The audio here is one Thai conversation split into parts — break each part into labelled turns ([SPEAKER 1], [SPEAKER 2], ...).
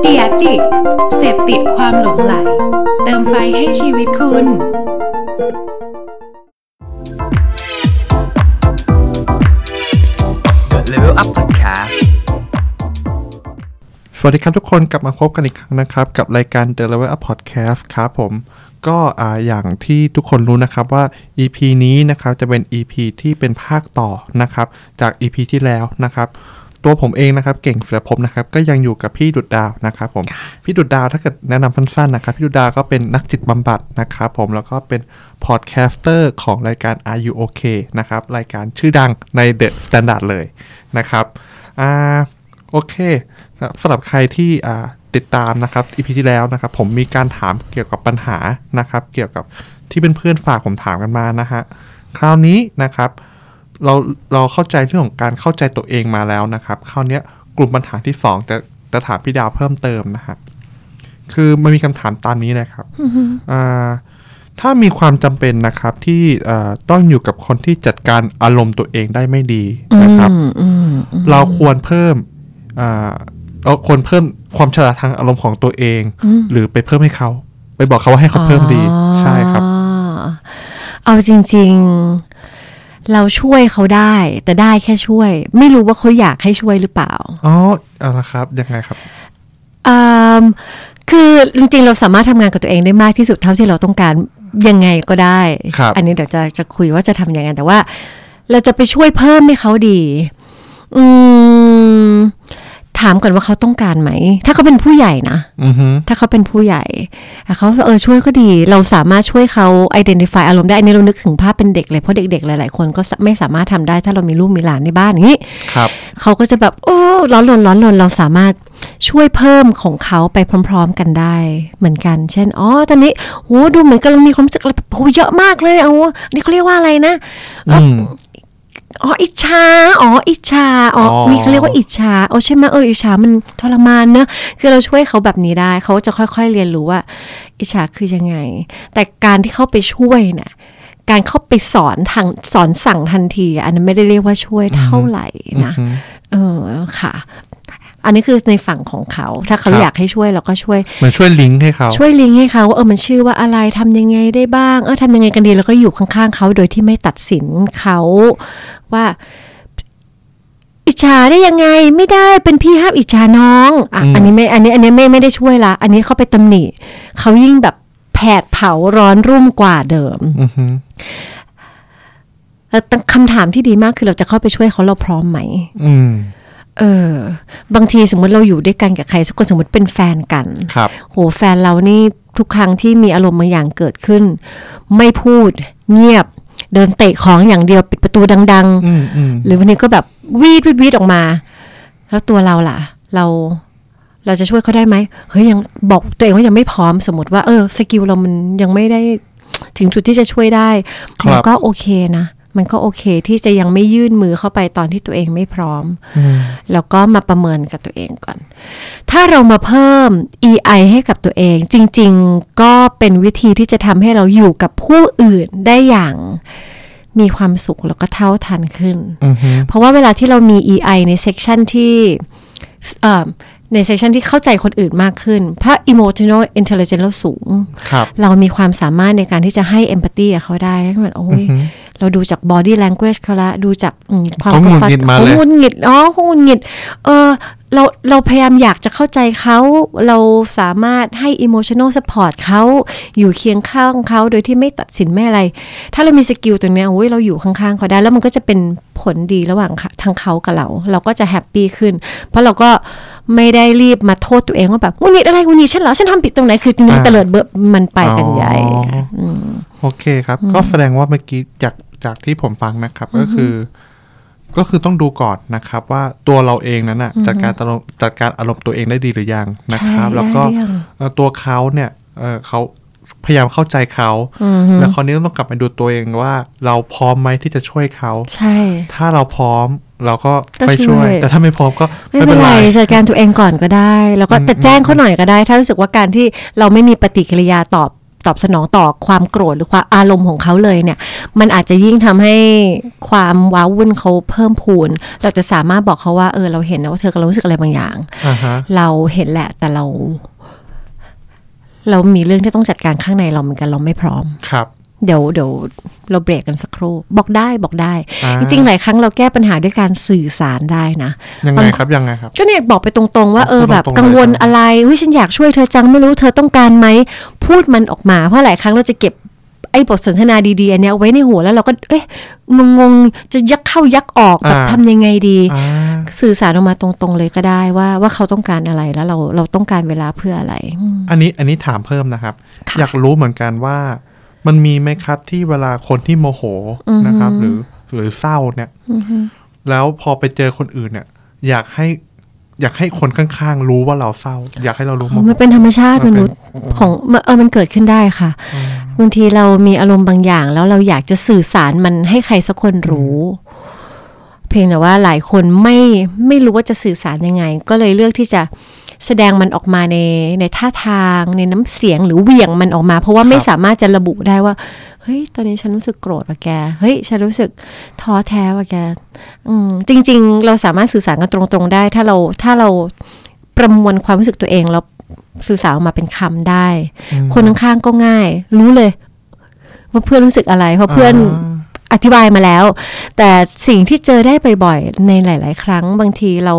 [SPEAKER 1] เดียดิกเสพติดความหลงไหล เติมไฟให้ชีวิตคุณ
[SPEAKER 2] The Level Up Podcast
[SPEAKER 3] สวัสดีครับทุกคนกลับมาพบกันอีกครั้งนะครับ กับรายการ The Level Up Podcast ครับผม ก็อ่าอย่างที่ทุกคนรู้นะครับว่า EP นี้นะครับจะเป็น EP ที่เป็นภาคต่อนะครับ จาก EP ที่แล้วนะครับ ตัวผมเองนะครับ เก่งศิลปภพนะครับ ก็ยังอยู่กับพี่ดุดดาวนะครับผมพี่ดุดดาวถ้าเกิดแนะนำสั้นๆนะครับ พี่ดุดดาวก็เป็นนักจิตบำบัดนะครับผมแล้วก็เป็นพอดแคสเตอร์ของรายการ Are You OK นะครับรายการชื่อดังใน The Standard เลยนะครับอ่า โอเคสำหรับใครที่อ่าติดตามนะครับอีพีที่แล้วนะครับ ผมมีการถามเกี่ยวกับปัญหานะครับ เกี่ยวกับที่เเพื่อนๆฝากผมถามกันมานะฮะคราวนี้นะครับ เราเราเข้าใจเรื่องของการเข้าใจตัวเองมาแล้วนะครับ คราวเนี้ยกลุ่มปัญหาที่สองจะจะถามพี่ดาวเพิ่มเติมนะฮะคือมันมีคำถามตามนี้เลยครับอ่าถ้ามีความจำเป็นนะครับที่เอ่อต้องอยู่กับคนที่จัดการอารมณ์ตัวเองได้ไม่ดีนะครับ
[SPEAKER 4] อืมอืมอืม
[SPEAKER 3] เราควรเพิ่มอ่าเราควรเพิ่มความฉลาดทางอารมณ์ของตัวเอง หรือไปเพิ่มให้เขา ไปบอกเขาว่าให้เขาเพิ่มดี
[SPEAKER 4] อ๋อ
[SPEAKER 3] ใช่ครับ
[SPEAKER 4] เอาจริง ๆ เราช่วยเขาได้ แต่ได้แค่ช่วย ไม่รู้ว่าเขาอยากให้ช่วยหรือเปล่า
[SPEAKER 3] อ๋อเอาละครับ ยังไงครับ
[SPEAKER 4] อืมคือจริงๆ เราสามารถทำงานกับตัวเองได้มากที่สุดเท่าที่เราต้องการยังไงก็ได้
[SPEAKER 3] ครับ
[SPEAKER 4] อันนี้เดี๋ยวจะจะคุยว่าจะทำยังไงแต่ว่า เราจะไปช่วยเพิ่มให้เขาดี อืมถามก่อนว่าเขาต้องการไหม ถ้าเขาเป็นผู้ใหญ่นะ
[SPEAKER 3] อือฮึ
[SPEAKER 4] ถ้าเขาเป็นผู้ใหญ่อ่ะเขาเออช่วยก็ดี เราสามารถช่วยเขา identify อารมณ์ได้ อันนี้เรานึกถึงภาพเป็นเด็กเลย เพราะเด็กๆ หลายๆ คนก็ไม่สามารถทำได้ถ้าเรามีลูกมีหลานในบ้านอย่างนี้
[SPEAKER 3] ครับ
[SPEAKER 4] เขาก็จะแบบโอ้ร้อนรนร้อนรนเราสามารถช่วยเพิ่มของเขาไปพร้อม ๆ กันได้ เหมือนกัน เช่นอ๋อตอนนี้โหดูเหมือนกำลังมีความรู้สึกอะไรแบบโหเยอะมากเลยเอาอันนี่เขาเรียกว่าอะไรนะ
[SPEAKER 3] อืม
[SPEAKER 4] อ๋ออิจฉาอ๋ออิจฉาอ๋อ
[SPEAKER 3] อ๋อ
[SPEAKER 4] มีเขาเรียกว่าอิจฉาโอ้ใช่ไหมเอออิจฉามันทรมานเนอะคือเราช่วยเขาแบบนี้ได้เขาจะค่อย ๆ เรียนรู้ว่า อิจฉาคือยังไง แต่การที่เข้าไปช่วยน่ะการเข้าไปสอนทางสอนสั่งทันทีอันนั้นไม่ได้เรียกว่าช่วยเท่าไหร่นะ
[SPEAKER 3] อืม
[SPEAKER 4] เออค่ะ อันนี้คือในฝั่งของเขา ถ้าเขา
[SPEAKER 3] ครับ
[SPEAKER 4] อยากให้ช่วยเราก็ช่วย
[SPEAKER 3] เหมือนช่วยลิงก์ให้เขา
[SPEAKER 4] ช่วยลิงก์ให้เขาว่าเออมันชื่อว่าอะไรทำยังไงได้บ้าง เออทำยังไงกันดีแล้วก็อยู่ข้างๆเขาโดยที่ไม่ตัดสินเขาว่าอิจฉาได้ยังไงไม่ได้เป็นพี่ห้ามอิจฉาน้องอ่ะ
[SPEAKER 3] อืม
[SPEAKER 4] อันนี้ไม่อันนี้อันนี้ไม่ไม่ได้ช่วยละ อันนี้เขาไปตำหนิเขายิ่งแบบแผดเผาร้อนรุ่มกว่าเดิม
[SPEAKER 3] อือฮึ
[SPEAKER 4] เออแต่คำถามที่ดีมากคือเราจะเข้าไปช่วยเขาเราพร้อมไหม
[SPEAKER 3] อืม
[SPEAKER 4] เออ บางทีสมมติเราอยู่ด้วยกันกับใครสักคนสมมติเป็นแฟนกัน
[SPEAKER 3] ครับ
[SPEAKER 4] โหแฟนเรานี่ทุกครั้งที่มีอารมณ์บางอย่างเกิดขึ้น ไม่พูด เงียบ เดินเตะของอย่างเดียวปิดประตูดัง
[SPEAKER 3] อืมอืม
[SPEAKER 4] ๆ หรือวันนี้ก็แบบวีดวีดวีดออกมา แล้วตัวเราล่ะ เราเราจะช่วยเขาได้ไหมเฮ้ยยังบอกตัวเองว่ายังไม่พร้อมสมมติว่าเออสกิลเรามันยังไม่ได้ถึงจุดที่จะช่วยได้มันก็โอเคนะมันก็โอเคที่จะยังไม่ยื่นมือเข้าไปตอนที่ตัวเองไม่พร้อม
[SPEAKER 3] อืม
[SPEAKER 4] แล้วก็มาประเมินกับตัวเองก่อน ถ้าเรามาเพิ่ม EI ให้กับตัวเอง จริงๆ ก็เป็นวิธีที่จะทำให้เราอยู่กับผู้อื่นได้อย่างมีความสุขแล้วก็เท่าทันขึ้น
[SPEAKER 3] อือฮึ
[SPEAKER 4] เพราะว่าเวลาที่เรามี EI ในเซกชันที่เอ่อในเซกชันที่เข้าใจคนอื่นมากขึ้น เพราะ emotional intelligence เราสูง
[SPEAKER 3] ครับ
[SPEAKER 4] เรามีความสามารถในการที่จะให้ empathy กับเขาได้ก็เหมือนโอ้ย
[SPEAKER 3] อือฮึ
[SPEAKER 4] เราดูจาก body language เขาละ ดูจากอืมความ
[SPEAKER 3] เขาหงุดหงิดมาเลย
[SPEAKER 4] เขาหงุดหงิดอ๋อเขาหงุดหงิดเออเราเราพยายามอยากจะเข้าใจเขา เราสามารถให้ emotional support เขาอยู่เคียงข้างเขาโดยที่ไม่ตัดสินไม่อะไร ถ้าเรามีสกิลตรงเนี้ยโอ้ยเราอยู่ข้างๆเขาได้ แล้วมันก็จะเป็นผลดีระหว่างค่ะทางเขากับเรา เราก็จะแฮปปี้ขึ้น เพราะเราก็ไม่ได้รีบมาโทษตัวเองว่าแบบหงุดหงิดอะไรหงุดหงิดฉันเหรอฉันทำผิดตรงไหนคือจริงๆมันเตลิดเบอะมันไปกันใหญ่
[SPEAKER 3] อ๋อ
[SPEAKER 4] อืม
[SPEAKER 3] โอเคครับ ก็แสดงว่าเมื่อกี้จากจากที่ผมฟังนะครับก็คือ ก็คือต้องดูก่อนนะครับ ว่าตัวเราเองนั้นน่ะจัดการอารมณ์จัดการอารมณ์ตัวเองได้ดีหรือยังนะครับ
[SPEAKER 4] ใช่
[SPEAKER 3] แล้วก็
[SPEAKER 4] ได้หรือยัง
[SPEAKER 3] เอ่อตัวเขาเนี่ยเอ่อเขาพยายามเข้าใจเขา แล้วคราวนี้ต้องกลับมาดูตัวเองว่า เราพร้อมไหมที่จะช่วยเขา
[SPEAKER 4] ใช่
[SPEAKER 3] ถ้าเราพร้อมเราก็
[SPEAKER 4] ก็
[SPEAKER 3] ไป
[SPEAKER 4] ช่
[SPEAKER 3] ช่ว
[SPEAKER 4] วย ย
[SPEAKER 3] แต่ถ้าไม่พร้อมก็
[SPEAKER 4] ไม่
[SPEAKER 3] ไม่
[SPEAKER 4] เป็
[SPEAKER 3] เป็นน
[SPEAKER 4] ไร
[SPEAKER 3] ไร
[SPEAKER 4] จัดการตัวเองก่อนก็ได้ แล้วก็
[SPEAKER 3] อืม
[SPEAKER 4] แต่แจ้งเขาหน่อยก็ได้ ถ้ารู้สึกว่าการที่เราไม่มีปฏิกิริยาตอบ ตอบสนองต่อความโกรธหรือความอารมณ์ของเขาเลยเนี่ย มันอาจจะยิ่งทำให้ความว้าวุ่นเขาเพิ่มพูน เราจะสามารถบอกเขาว่าเออเราเห็นนะว่าเธอกำลังรู้สึกอะไรบางอย่าง
[SPEAKER 3] อ่าฮะ
[SPEAKER 4] เราเห็นแหละแต่เรา เรามีเรื่องที่ต้องจัดการข้างในเราเหมือนกันเราไม่พร้อม
[SPEAKER 3] ครับ
[SPEAKER 4] เดี๋ยวเดี๋ยวเราเบรกกันสักครู่ บอกได้บอกได้
[SPEAKER 3] อ่า
[SPEAKER 4] จริงๆหลายครั้งเราแก้ปัญหาด้วยการสื่อสารได้นะ
[SPEAKER 3] ยังไง
[SPEAKER 4] บาง
[SPEAKER 3] ครับยังไงครับ
[SPEAKER 4] ก็เนี่ยบอกไปตรงๆว่าเออ
[SPEAKER 3] พูดตรงๆ
[SPEAKER 4] แบบ
[SPEAKER 3] เลย
[SPEAKER 4] กังวล
[SPEAKER 3] ครับ
[SPEAKER 4] อะไรวิฉันอยากช่วยเธอจังไม่รู้เธอต้องการไหมพูดมันออกมาเพราะหลายครั้งเราจะเก็บไอ้บทสนทนาดีๆอันเนี้ยไว้ในหัวแล้วเราก็เอ๊ะงงๆจะยักเข้ายักออกแบบ
[SPEAKER 3] อ่า
[SPEAKER 4] ทำยังไงดี
[SPEAKER 3] อ่า
[SPEAKER 4] สื่อสารออกมาตรงๆเลยก็ได้ว่าว่าเขาต้องการอะไรแล้วเราเราต้องการเวลาเพื่ออะไรอืม
[SPEAKER 3] อันนี้อันนี้ถามเพิ่มนะครับ
[SPEAKER 4] ค่ะ
[SPEAKER 3] อยากรู้เหมือนกันว่า มันมีไหมครับที่เวลาคนที่โมโหนะครับ หรือหรือเศร้าเนี่ย
[SPEAKER 4] อือฮึ
[SPEAKER 3] แล้วพอไปเจอคนอื่นเนี่ย อยากให้ อยากให้คนข้างๆ รู้ว่าเราเศร้า อยากให้เรารู้โโห
[SPEAKER 4] มันเป็นธรรมชาติ
[SPEAKER 3] มั
[SPEAKER 4] ม
[SPEAKER 3] นเป็น
[SPEAKER 4] นุษย์ของเออมันเกิดขึ้นได้ค่ะ
[SPEAKER 3] อืม
[SPEAKER 4] บางทีเรามีอารมณ์บางอย่างแล้วเราอยากจะสื่อสารมันให้ใครสักคนรู้ เพียงแต่ว่าหลายคนไม่ไม่รู้ว่าจะสื่อสารยังไง ก็เลยเลือกที่จะแสดงมันออกมาในในท่าทางในน้ำเสียงหรือเหวี่ยงมันออกมา เพราะว่าไม่
[SPEAKER 3] ครับ
[SPEAKER 4] สามารถจะระบุได้ว่า เฮ้ย ตอนนี้ฉันรู้สึกโกรธว่ะแก เฮ้ย ฉันรู้สึกท้อแท้ว่ะแก อืมจริง ๆ เราสามารถสื่อสารกันตรงๆได้ ถ้าเราถ้าเราประมวลความรู้สึกตัวเองแล้วสื่อสารออกมาเป็นคำได้
[SPEAKER 3] อืม
[SPEAKER 4] คนข้างๆก็ง่าย รู้เลย ว่าเพื่อนรู้สึกอะไร เพราะเพื่อนอธิบายมาแล้ว แต่สิ่งที่เจอได้บ่อยๆในหลาย ๆ ครั้งบางทีเรา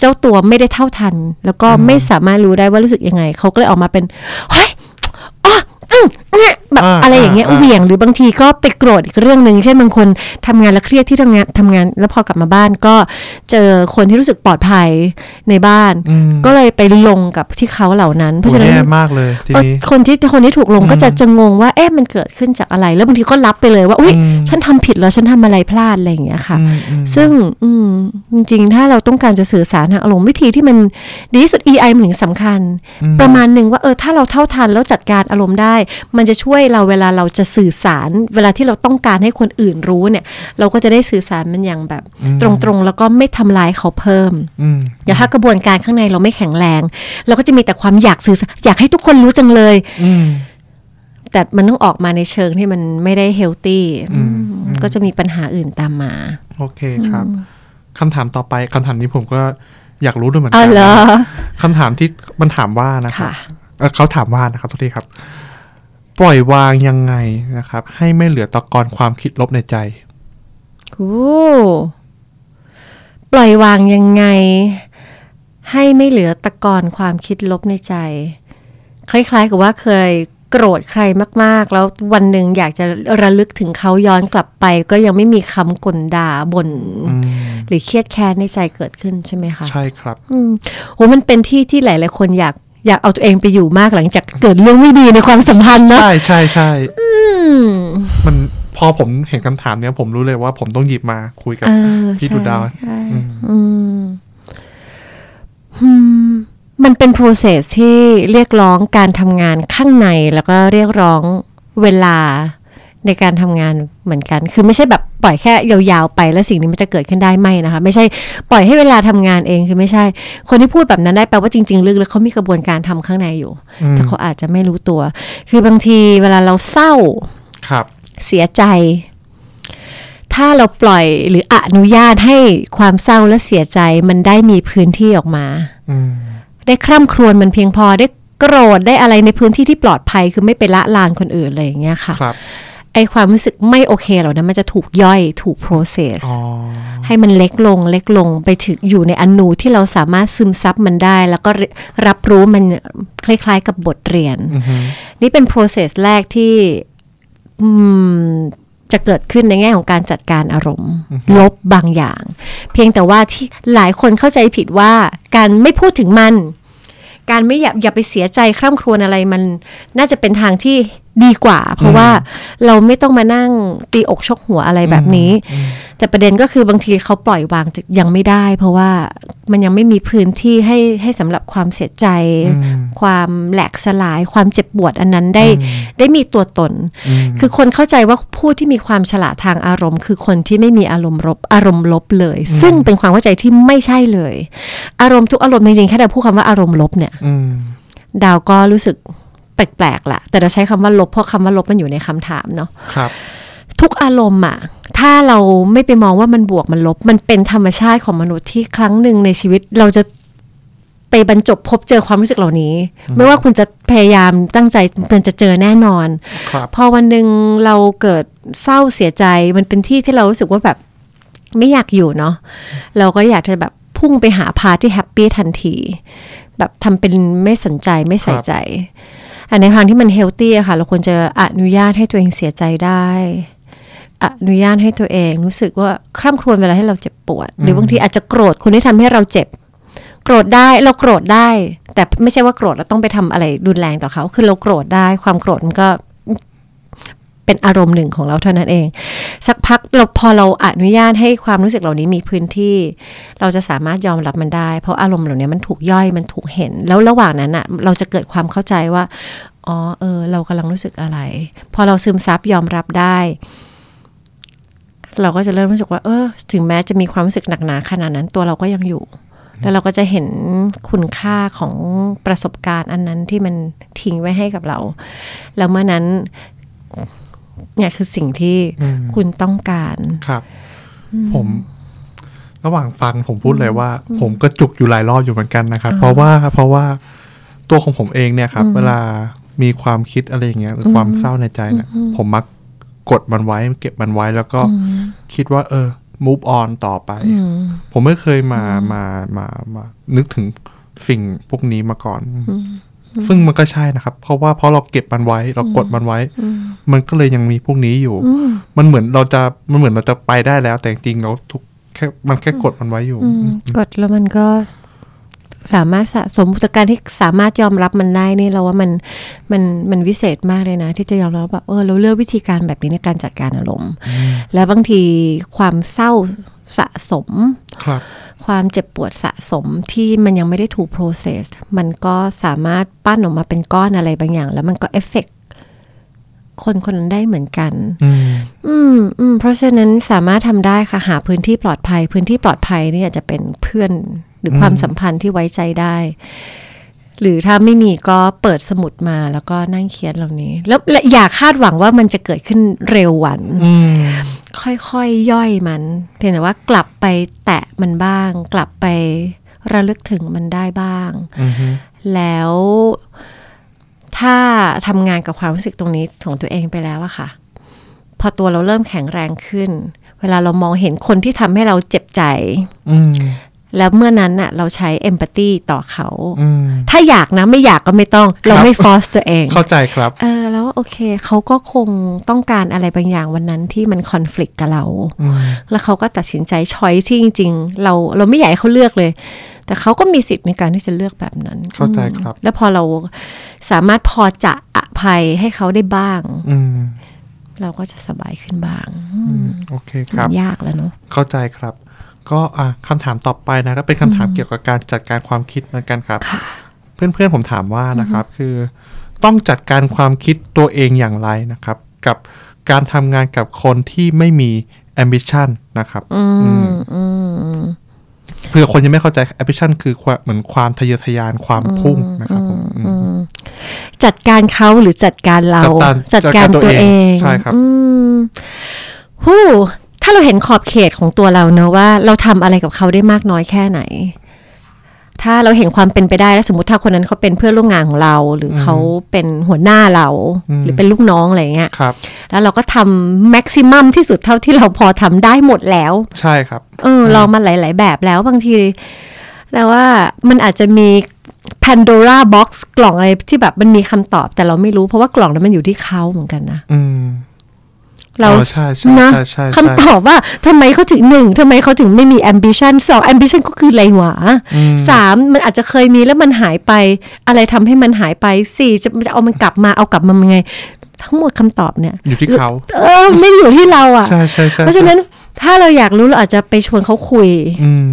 [SPEAKER 4] เจ้าตัวไม่ได้เท่าทัน แล้วก็ไม่สามารถรู้ได้ว่ารู้สึกยังไง เขาก็เลยออกมาเป็นเฮ้ยอ๋ออืมเนี่ยแบบ
[SPEAKER 3] า
[SPEAKER 4] อะไรอย่างเงี้ย
[SPEAKER 3] อ่า
[SPEAKER 4] เหวี่ยงหรือบางทีก็ไปโกรธอีกเรื่องหนึ่งเช่นบางคนทำงานแล้วเครียดที่ทำงานทำงาน แล้วพอกลับมาบ้านก็เจอคนที่รู้สึกปลอดภัยในบ้าน
[SPEAKER 3] อืม
[SPEAKER 4] ก็เลยไปลงกับที่เขาเหล่านั้น เพราะฉะ
[SPEAKER 3] โห
[SPEAKER 4] นั้น
[SPEAKER 3] แย่มากเลยที
[SPEAKER 4] เอ่อ
[SPEAKER 3] นี้
[SPEAKER 4] คนที่คนที่ถูกลง
[SPEAKER 3] อืม
[SPEAKER 4] ก็จะจะงงว่าเอ๊ะมันเกิดขึ้นจากอะไร แล้วบางทีก็รับไปเลยว่าอุ้ย
[SPEAKER 3] อืม
[SPEAKER 4] ฉันทำผิดแล้วฉันทำอะไรพลาดอะไรอย่างเงี้ยค่ะ
[SPEAKER 3] อืมอืม
[SPEAKER 4] ซึ่งอืมจริงๆ ถ้าเราต้องการจะสื่อสารทางอารมณ์วิธีที่มันดีที่สุด EI มันถึงสำคัญ
[SPEAKER 3] อื
[SPEAKER 4] ประมาณหนึ่งว่าเออถ้าเราเท่าทันแล้วจัดการอารมณ์ได้ มันจะช่วยเราเวลาเราจะสื่อสาร เวลาที่เราต้องการให้คนอื่นรู้เนี่ย เราก็จะได้สื่อสารมันอย่างแบบ
[SPEAKER 3] อืม
[SPEAKER 4] ตรงๆแล้วก็ไม่ทำร้ายเขาเพิ่ม
[SPEAKER 3] อืม
[SPEAKER 4] อย่าถ้ากระบวนการข้างในเราไม่แข็งแรง เราก็จะมีแต่ความอยากสื่อสารอยากให้ทุกคนรู้จังเลย
[SPEAKER 3] อืม
[SPEAKER 4] แต่มันต้องออกมาในเชิงที่มันไม่ได้เฮลตี้
[SPEAKER 3] อืมอืม
[SPEAKER 4] ก็จะมีปัญหาอื่นตามมา
[SPEAKER 3] โอเคครับคำถามต่อไปคำถามนี้ผมก็อยากรู้ด้วยเหมือนกั
[SPEAKER 4] เอาเหรอ
[SPEAKER 3] คำถามที่มันถามว่านะครับ
[SPEAKER 4] ค่ะ
[SPEAKER 3] เอ่อเขาถามว่านะครับทุกทีครับ ปล่อยวางยังไงนะครับ ให้ไม่เหลือตะกอนความคิดลบในใจ
[SPEAKER 4] โอ้ปล่อยวางยังไง ให้ไม่เหลือตะกอนความคิดลบในใจ คล้ายๆกับว่าเคยโกรธใครมากๆ แล้ววันหนึ่งอยากจะระลึกถึงเขาย้อนกลับไป ก็ยังไม่มีคำกลด่าบน่น
[SPEAKER 3] อืม
[SPEAKER 4] หรือเครียดแค้นในใจเกิดขึ้นใช่ไหมคะ
[SPEAKER 3] ใช่ครับ
[SPEAKER 4] อืมโหมันเป็นที่ที่หลาย ๆ คนอยากอยากเอาตัวเองไปอยู่มากหลังจากเกิดเรื่องไม่ดีในความสัมพันธ์เนอะ
[SPEAKER 3] ใช่ใช่ใช่
[SPEAKER 4] อืม
[SPEAKER 3] มันพอผมเห็นคำถามเนี้ยผมรู้เลยว่าผมต้องหยิบมาคุยกับ
[SPEAKER 4] เออ
[SPEAKER 3] พี่ดูดาว
[SPEAKER 4] ใช่
[SPEAKER 3] อืม
[SPEAKER 4] อืมอืม มันเป็น process ที่เรียกร้องการทำงานข้างในแล้วก็เรียกร้องเวลาในการทำงานเหมือนกัน คือไม่ใช่แบบปล่อยแค่ยาวๆไปแล้วสิ่งนี้มันจะเกิดขึ้นได้ไหมนะคะ ไม่ใช่ปล่อยให้เวลาทำงานเองคือไม่ใช่ คนที่พูดแบบนั้นได้แปลว่าจริงๆลึกแล้วเขามีกระบวนการทำข้างในอยู่
[SPEAKER 3] อืม
[SPEAKER 4] แต่เขาอาจจะไม่รู้ตัว คือบางทีเวลาเราเศร้า
[SPEAKER 3] ครับ
[SPEAKER 4] เสียใจ ถ้าเราปล่อยหรืออนุญาตให้ความเศร้าและเสียใจมันได้มีพื้นที่ออกมา
[SPEAKER 3] อืม
[SPEAKER 4] ได้คร่ำครวญมันเพียงพอได้โกรธได้อะไรในพื้นที่ที่ปลอดภัย คือไม่ไปละลานคนอื่นอะไรอย่างเงี้ยค่ะ
[SPEAKER 3] ครับ
[SPEAKER 4] ไอความรู้สึกไม่โอเคเหล่านั้นมันจะถูกย่อยถูก process
[SPEAKER 3] อ๋อ
[SPEAKER 4] ให้มันเล็กลงเล็กลงไปถึงอยู่ในอนูที่เราสามารถซึมซับมันได้ แล้วก็รับรู้มันคล้ายๆ กับบทเรียน
[SPEAKER 3] อือฮึ
[SPEAKER 4] นี่เป็น process แรกที่อืมจะเกิดขึ้นในแง่ของการจัดการอารมณ์ ลบบางอย่าง เพียงแต่ว่าที่หลายคนเข้าใจผิดว่าการไม่พูดถึงมัน การไม่อย่าอย่าไปเสียใจคร่ำครวญอะไรมัน น่าจะเป็นทางที่ดีกว่า เพราะว่าเราไม่ต้องมานั่งตีอกชกหัวอะไรแบบนี้
[SPEAKER 3] อืม
[SPEAKER 4] แต่ประเด็นก็คือบางทีเขาปล่อยวางยังไม่ได้ เพราะว่ามันยังไม่มีพื้นที่ให้ให้สำหรับความเสียใจ
[SPEAKER 3] อืม
[SPEAKER 4] ความแหลกสลายความเจ็บปวดอันนั้นได้
[SPEAKER 3] อืม
[SPEAKER 4] ได้มีตัวตน
[SPEAKER 3] อืม
[SPEAKER 4] คือคนเข้าใจว่าผู้ที่มีความฉลาดทางอารมณ์ คือคนที่ไม่มีอารมณ์ลบอารมณ์ลบเลย
[SPEAKER 3] อืม
[SPEAKER 4] ซึ่งเป็นความเข้าใจที่ไม่ใช่เลย อารมณ์ทุกอารมณ์จริงๆแค่เราพูดคำว่าอารมณ์ลบเนี่ย
[SPEAKER 3] อืม
[SPEAKER 4] ดาวก็รู้สึกแ ปลกๆล่ะ แต่เราใช้คำว่าลบเพราะคำว่าลบมันอยู่ในคำถามเนาะ
[SPEAKER 3] ครับ
[SPEAKER 4] ทุกอารมณ์อะถ้าเราไม่ไปมองว่ามันบวกมันลบ มันเป็นธรรมชาติของมนุษย์ที่ครั้งหนึ่งในชีวิตเราจะไปบรรจบพบเจอความรู้สึกเหล่านี้ ไม่ว่าคุณจะพยายามตั้งใจมันจะเจอแน่นอน
[SPEAKER 3] ครับ
[SPEAKER 4] พอวันหนึ่งเราเกิดเศร้าเสียใจมันเป็นที่ที่เรารู้สึกว่าแบบไม่อยากอยู่เนาะเราก็อยากจะแบบพุ่งไปหาพาร์ทที่แฮปปี้ทันที แบบทำเป็นไม่สนใจไม่ใส่ใจ อันในทางที่มันเฮลตี้ค่ะ เราควรจะอนุญาตให้ตัวเองเสียใจได้ อนุญาตให้ตัวเองรู้สึกว่าคร่ำครวญเวลาที่เราเจ็บปวด หรือ
[SPEAKER 3] ม
[SPEAKER 4] บางทีอาจจะโกรธคนที่ทำให้เราเจ็บ โกรธได้เราโกรธได้ แต่ไม่ใช่ว่าโกรธแล้วต้องไปทำอะไรรุนแรงต่อเขา คือเราโกรธได้ ความโกรธมันก็เป็นอารมณ์หนึ่งของเราเท่านั้นเอง สักพักเราพอเราอนุญาตให้ความรู้สึกเหล่านี้มีพื้นที่ เราจะสามารถยอมรับมันได้ เพราะอารมณ์เหล่านี้มันถูกย่อยมันถูกเห็น แล้วระหว่างนั้นอ่ะเราจะเกิดความเข้าใจว่าอ๋อเออ เรากำลังรู้สึกอะไร พอเราซึมซับยอมรับได้ เราก็จะเริ่มรู้สึกว่า เออ ถึงแม้จะมีความรู้สึกหนักหนาขนาดนั้นตัวเราก็ยังอยู่ แล้วเราก็จะเห็นคุณค่าของประสบการณ์อันนั้นที่มันทิ้งไว้ให้กับเรา แล้วเมื่อนั้นเนี่ยคือสิ่งที่
[SPEAKER 3] อืม
[SPEAKER 4] คุณต้องการ
[SPEAKER 3] ครับ ผม ระหว่างฟังผมพูดเลยว่า ผมก็จุกอยู่หลายรอบอยู่เหมือนกันนะครับ เพราะว่าเพราะว่าตัวของผมเองเนี่ยครับ เวลามีความคิดอะไรอย่างเงี้ยหรือความเศร้าในใจเนี่ยผมมักกดมันไว้เก็บมันไว้แล้วก็คิดว่า เออ move on ต่อไป
[SPEAKER 4] อืม
[SPEAKER 3] ผมไม่เคยมามามามานึกถึงสิ่งพวกนี้มาก่อน ซึ่งมันก็ใช่นะครับ เพราะว่าเพราะเราเก็บมันไว้ เรากดมันไว้ มันก็เลยยังมีพวกนี้อยู่ มันเหมือนเราจะมันเหมือนเราจะไปได้แล้ว แต่จริงๆเราทุกแค่มันแค่กดมันไว้อยู่
[SPEAKER 4] อืมกดแล้วมันก็สามารถสะสมประสบการณ์ที่สามารถยอมรับมันได้นี่เราว่ามันมันมันวิเศษมากเลยนะ ที่จะยอมรับว่าเออเราเลือกวิธีการแบบนี้ในการจัดการอารมณ์ แล้วบางทีความเศร้าสะสม
[SPEAKER 3] ครับ
[SPEAKER 4] ความเจ็บปวดสะสมที่มันยังไม่ได้ถูก process มันก็สามารถปั้นออกมาเป็นก้อนอะไรบางอย่าง แล้วมันก็เอฟเฟกคนคนนั้นได้เหมือนกัน
[SPEAKER 3] อืม
[SPEAKER 4] อืมอืมเพราะฉะนั้นสามารถทำได้ค่ะ หาพื้นที่ปลอดภัย พื้นที่ปลอดภัยเนี่ยจะเป็นเพื่อนหรืออ
[SPEAKER 3] ม
[SPEAKER 4] ความสัมพันธ์ที่ไว้ใจได้ หรือถ้าไม่มีก็เปิดสมุดมาแล้วก็นั่งเขียนเหล่านี้ แล้วและอย่าคาดหวังว่ามันจะเกิดขึ้นเร็ววัน
[SPEAKER 3] อืม
[SPEAKER 4] ค่อยๆยย่อยมัน เพียงแต่ว่ากลับไปแตะมันบ้าง กลับไประลึกถึงมันได้บ้าง
[SPEAKER 3] อืม
[SPEAKER 4] แล้วถ้าทำงานกับความรู้สึกตรงนี้ของตัวเองไปแล้วอะค่ะ พอตัวเราเริ่มแข็งแรงขึ้น เวลาเรามองเห็นคนที่ทำให้เราเจ็บใจ
[SPEAKER 3] อืม
[SPEAKER 4] แล้วเมื่อนั้นน่ะเราใช้เอมพัตตีต่อเขา
[SPEAKER 3] อืม
[SPEAKER 4] ถ้าอยากนะไม่อยากก็ไม่ต้อง เราไม่ฟอสตัวเอง
[SPEAKER 3] เข้าใจครับ
[SPEAKER 4] เออแล้วโอเคเขาก็คงต้องการอะไรบางอย่างวันนั้นที่มันคอน FLICT กับเรา
[SPEAKER 3] อืม
[SPEAKER 4] แล้วเขาก็ตัดสินใจช้อยที่จริง ๆ เราเราไม่อยากให้เขาเลือกเลย แต่เขาก็มีสิทธิ์ในการที่จะเลือกแบบนั้น
[SPEAKER 3] เข้าใจครับ
[SPEAKER 4] อืมแล้วพอเราสามารถพอจะอภัยให้เขาได้บ้าง
[SPEAKER 3] อืม
[SPEAKER 4] เราก็จะสบายขึ้นบ้าง
[SPEAKER 3] อืมโอเคครับ
[SPEAKER 4] มันยากแล้วเนาะ
[SPEAKER 3] เข้าใจครับ ก็อ่ะคำถามต่อไปนะก็เป็นคำถามเกี่ยวกับการจัดการความคิดเหมือนกันครับ เพื่อนๆผมถามว่านะครับ คือ ต้องจัดการความคิดตัวเองอย่างไรนะครับ กับการทำงานกับคนที่ไม่มี ambition นะครับ
[SPEAKER 4] อื
[SPEAKER 3] อื
[SPEAKER 4] ม
[SPEAKER 3] ม
[SPEAKER 4] อืม
[SPEAKER 3] เพื่อคนยังไม่เข้าใจ ambition คือความเหมือนความทะเยอทะยานความพุ่งนะครับผมอืม
[SPEAKER 4] อืมจัดการเขาหรือจัดการเรา
[SPEAKER 3] จัดการจัดการตัวเองใช่ครับ
[SPEAKER 4] อืมฮู้ถ้าเราเห็นขอบเขตของตัวเราเนอะว่า เราทำอะไรกับเขาได้มากน้อยแค่ไหน ถ้าเราเห็นความเป็นไปได้แล้วสมมติถ้าคนนั้นเขาเป็นเพื่อนร่วมงานของเรา หรืออ
[SPEAKER 3] ม
[SPEAKER 4] เขาเป็นหัวหน้าเรา
[SPEAKER 3] อืม
[SPEAKER 4] หรือเป็นลูกน้องอะไรอย่างเงี้ย
[SPEAKER 3] ครับ
[SPEAKER 4] แล้วเราก็ทำแม็กซิมัมที่สุดเท่าที่เราพอทำได้หมดแล้ว
[SPEAKER 3] ใช่ครับ
[SPEAKER 4] เออลองมาหลาย ๆ แบบแล้วบางทีแต่ว่ามันอาจจะมี Pandora box กล่องอะไรที่แบบมันมีคำตอบแต่เราไม่รู้เพราะว่ากล่องนั้นมันอยู่ที่เขาเหมือนกันนะ
[SPEAKER 3] อืม
[SPEAKER 4] เรา
[SPEAKER 3] อ๋อใช่ใช่
[SPEAKER 4] นะ
[SPEAKER 3] ใช่ใช่ใช่
[SPEAKER 4] คำตอบว่าทำไมเขาถึงหนึ่งทำไมเขาถึงไม่มี ambition สอง ambition ก็คืออะไรหวะ
[SPEAKER 3] อืม
[SPEAKER 4] สามมันอาจจะเคยมีแล้วมันหายไป อะไรทำให้มันหายไปสี่จะจะเอามันกลับมาเอากลับมามันไง ทั้งหมดคำตอบเนี่ย
[SPEAKER 3] อยู่ที่เขา
[SPEAKER 4] เออไม่ได้อยู่ที่เราอ่ะ
[SPEAKER 3] ใช่ใช่ใช่
[SPEAKER 4] เพราะฉะนั้นถ้าเราอยากรู้เราอาจจะไปชวนเขาคุย
[SPEAKER 3] อืม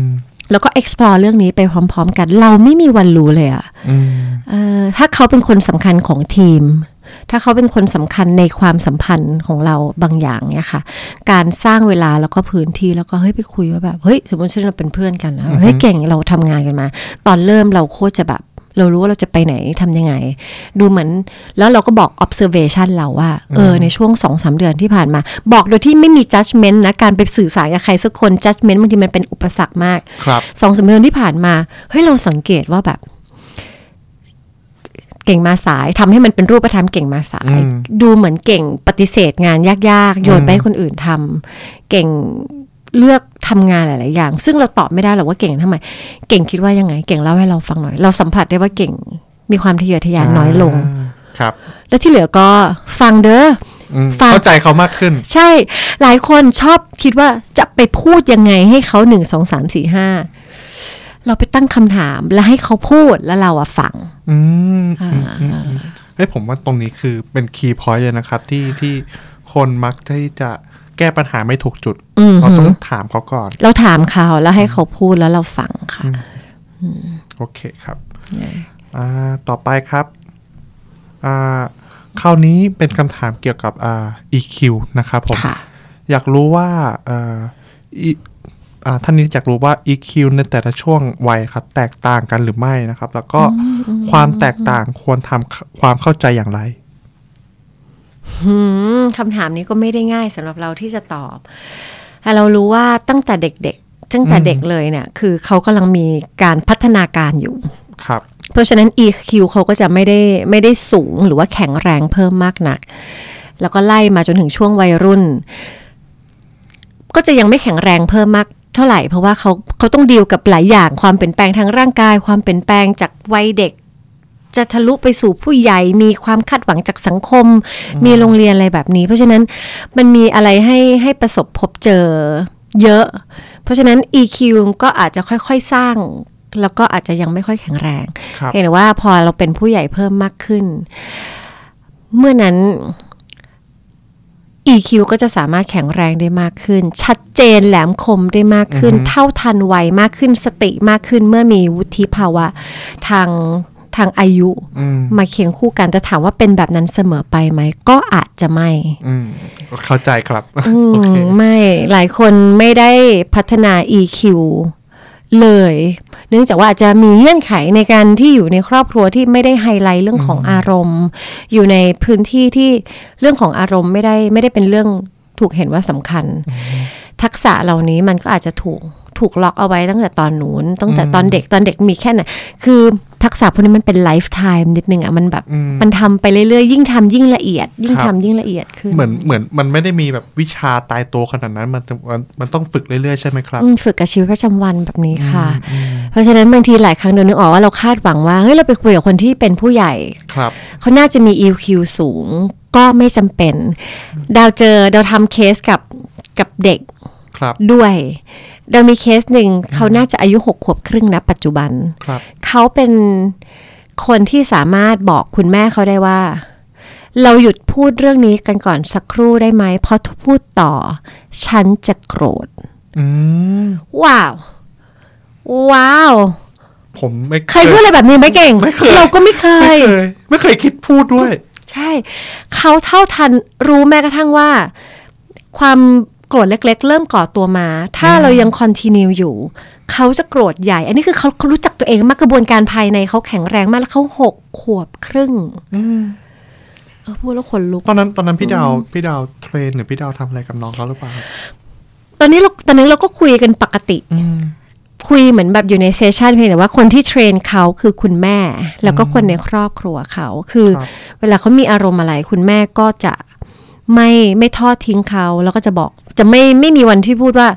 [SPEAKER 4] แล้วก็ explore เรื่องนี้ไปพร้อม ๆ กัน เราไม่มีวันรู้เลยอะ
[SPEAKER 3] อืม
[SPEAKER 4] เอ่อถ้าเขาเป็นคนสำคัญของทีม ถ้าเขาเป็นคนสำคัญในความสัมพันธ์ของเราบางอย่างเนี่ยค่ะ การสร้างเวลาแล้วก็พื้นที่แล้วก็เฮ้ยไปคุยว่าแบบเฮ้ยสมมติเช่นเราเป็นเพื่อนกันนะเฮ้ยเก่งเราทำงานกันมา ตอนเริ่มเราโคตรจะแบบ เรารู้ว่าเราจะไปไหนทำยังไง ดูเหมือนแล้วเราก็บอก observation เราว่า เออ ในช่วง 2-3สามเดือนที่ผ่านมา บอกโดยที่ไม่มี judgment นะ การไปสื่อสารกับใครสักคน judgment บางทีมันเป็นอุปสรรคมาก
[SPEAKER 3] ครับ
[SPEAKER 4] สองสามเดือนที่ผ่านมา เฮ้ย เราสังเกตว่าแบบ เก่งมาสายทำให้มันเป็นรูปธรรมเก่งมาสาย
[SPEAKER 3] อืม
[SPEAKER 4] ดูเหมือนเก่งปฏิเสธงานยากๆ โยนไปให้คนอื่นทำเก่งเลือกทำงานหลายๆอย่าง ซึ่งเราตอบไม่ได้หรอกว่าเก่งทำไม เก่งคิดว่ายังไง เก่งเล่าให้เราฟังหน่อย เราสัมผัสได้ว่าเก่งมีความทะเยอทะ
[SPEAKER 3] า
[SPEAKER 4] ยา
[SPEAKER 3] น
[SPEAKER 4] น้อยลง
[SPEAKER 3] ครับ
[SPEAKER 4] และที่เหลือก็ฟังเด้อ
[SPEAKER 3] อืม
[SPEAKER 4] ฟัง
[SPEAKER 3] เข้าใจเขามากขึ้น
[SPEAKER 4] ใช่ หลายคนชอบคิดว่าจะไปพูดยังไงให้เขาหนึ่งสองสามสี่ห้าเราไปตั้งคำถามแล้วให้เขาพูดแล้วเราอะฟัง
[SPEAKER 3] อืมอืมอืมอืมเอ้ยผมว่าตรงนี้คือเป็นคีย์พอยต์เลยนะครับ ที่ที่คนมักที่จะแก้ปัญหาไม่ถูกจุด
[SPEAKER 4] อืม
[SPEAKER 3] เราต้องถามเขาก่อน
[SPEAKER 4] เราถามเขาแล้วให้เขาพูดแล้วเราฟังค่ะ
[SPEAKER 3] โอเคครับ อ่าต่อไปครับอ่าคราวนี้เป็นคำถามเกี่ยวกับอ่า EQ นะครับผม
[SPEAKER 4] ค่ะ
[SPEAKER 3] อยากรู้ว่าเอ่ออีอ่าท่านนี้อยากรู้ว่า EQ ในแต่ละช่วงวัยครับแตกต่างกันหรือไม่นะครับ แล้วก็ความแตกต่างควรทำความเข้าใจอย่างไร
[SPEAKER 4] อืมคำถามนี้ก็ไม่ได้ง่ายสำหรับเราที่จะตอบแต่เรารู้ว่าตั้งแต่เด็กๆ ตั้งแต่เด็กเลยเนี่ย คือเขากำลังมีการพัฒนาการอยู่
[SPEAKER 3] ครับ
[SPEAKER 4] เพราะฉะนั้น EQ เขาก็จะไม่ได้ไม่ได้สูงหรือว่าแข็งแรงเพิ่มมากนัก แล้วก็ไล่มาจนถึงช่วงวัยรุ่น ก็จะยังไม่แข็งแรงเพิ่มมากเท่าไหร่ เพราะว่าเขาเขาต้องดีลกับหลายอย่างความเปลี่ยนแปลงทางร่างกาย ความเปลี่ยนแปลงจากวัยเด็ก จะทะลุไปสู่ผู้ใหญ่ มีความคาดหวังจากสังคม มีโรงเรียนอะไรแบบนี้ เพราะฉะนั้นมันมีอะไรให้ให้ประสบพบเจอเยอะ เพราะฉะนั้น EQ ก็อาจจะค่อยๆสร้าง แล้วก็อาจจะยังไม่ค่อยแข็งแรง
[SPEAKER 3] ครับ
[SPEAKER 4] เห็นว่าพอเราเป็นผู้ใหญ่เพิ่มมากขึ้น เมื่อนั้น EQ ก็จะสามารถแข็งแรงได้มากขึ้น ชัดเจนแหลมคมได้มากขึ้น
[SPEAKER 3] อือฮึ
[SPEAKER 4] เท่าทันไวยมากขึ้นสติมากขึ้น เมื่อมีวุฒิภาวะทางทางอายุ
[SPEAKER 3] อืม
[SPEAKER 4] มาเคียงคู่กันแต่ถามว่าเป็นแบบนั้นเสมอไปไหม ก็อาจจะไม่
[SPEAKER 3] อืมเข้าใจครับ
[SPEAKER 4] อืม
[SPEAKER 3] โอเค
[SPEAKER 4] ไม่หลายคนไม่ได้พัฒนา EQ เลย เนื่องจากว่าอาจจะมีเงื่อนไขในการที่อยู่ในครอบครัวที่ไม่ได้ไฮไลท์เรื่องของอารมณ์ อยู่ในพื้นที่ที่เรื่องของอารมณ์ไม่ได้ไม่ได้เป็นเรื่องถูกเห็นว่าสำคัญ ทักษะเหล่านี้มันก็อาจจะถูกถูกล็อกเอาไว้ตั้งแต่ตอนหนูนตั้งแต่ตอนเด็กตอนเด็กมีแค่ไหนคือทักษะพวกนี้มันเป็นไลฟ์ไทม์นิดนึงอ่ะมันแบบ
[SPEAKER 3] อืม
[SPEAKER 4] มันทำไปเรื่อยๆ ยิ่งทำยิ่งละเอียด ยิ่งทำยิ่งละเอียดขึ้น
[SPEAKER 3] เหมือนเหมือนมันไม่ได้มีแบบวิชาตายตัวขนาดนั้นมันมันมันต้องฝึกเรื่อยๆใช่ไหมครับ
[SPEAKER 4] อืมฝึกกับชีวิตประจำวันแบบนี้ค่ะ เพราะฉะนั้นบางทีหลายครั้งเรานึกออกว่าเราคาดหวังว่าเฮ้ยเราไปคุยกับคนที่เป็นผู้ใหญ่
[SPEAKER 3] ครับ
[SPEAKER 4] เขาน่าจะมี EQ สูงก็ไม่จำเป็น ดาวเจอดาวทำเคสกับกับเด็ก
[SPEAKER 3] ครับ
[SPEAKER 4] ด้วยดาวมีเคสหนึ่งเขาน่าจะอายุหกขวบครึ่งนะปัจจุบัน
[SPEAKER 3] ครับ
[SPEAKER 4] เขาเป็นคนที่สามารถบอกคุณแม่เขาได้ว่า เราหยุดพูดเรื่องนี้กันก่อนสักครู่ได้ไหมเพราะถ้าพูดต่อ ฉันจะโกรธ
[SPEAKER 3] อืม
[SPEAKER 4] ว้าว ว้าว
[SPEAKER 3] ผมไม่
[SPEAKER 4] เคยพูดอะไรแบบนี้ไหมเก่ง
[SPEAKER 3] ไม่เคย
[SPEAKER 4] เราก็ไม่เค
[SPEAKER 3] ไม่
[SPEAKER 4] ย
[SPEAKER 3] เคย ไม่เคยคิดพูดด้วย
[SPEAKER 4] ใช่ เขาเท่าทันรู้แม้กระทั่งว่า ความโกรธเล็ก ๆ เริ่มก่อตัวมา ถ้าเรายังคอนติเนียอยู่ เขาจะโกรธใหญ่ อันนี้คือเขารู้จักตัวเองมากกระบวนการภายในเขาแข็งแรงมากแล้วเขาหกขวบครึ่งเออพูดแล้วขนลุก
[SPEAKER 3] ตอนนั้นตอนนั้นพี่ดาวพี่ดาวเทรนหรือพี่ดาวทำอะไรกับน้องเขาหรือเปล่าครับ
[SPEAKER 4] ตอนนี้เราตอนนั้นเราก็คุยกันปกติ คุยเหมือนแบบอยู่ในเซสชันเพียงแต่ว่าคนที่เทรนเขาคือคุณแม่ แล้วก็คนในครอบครัวเขาคือ
[SPEAKER 3] ครับ
[SPEAKER 4] เวลาเขามีอารมณ์อะไร คุณแม่ก็จะไม่ไม่ทอดทิ้งเขาแล้วก็จะบอกจะไม่ไม่มีวันที่พูดว่า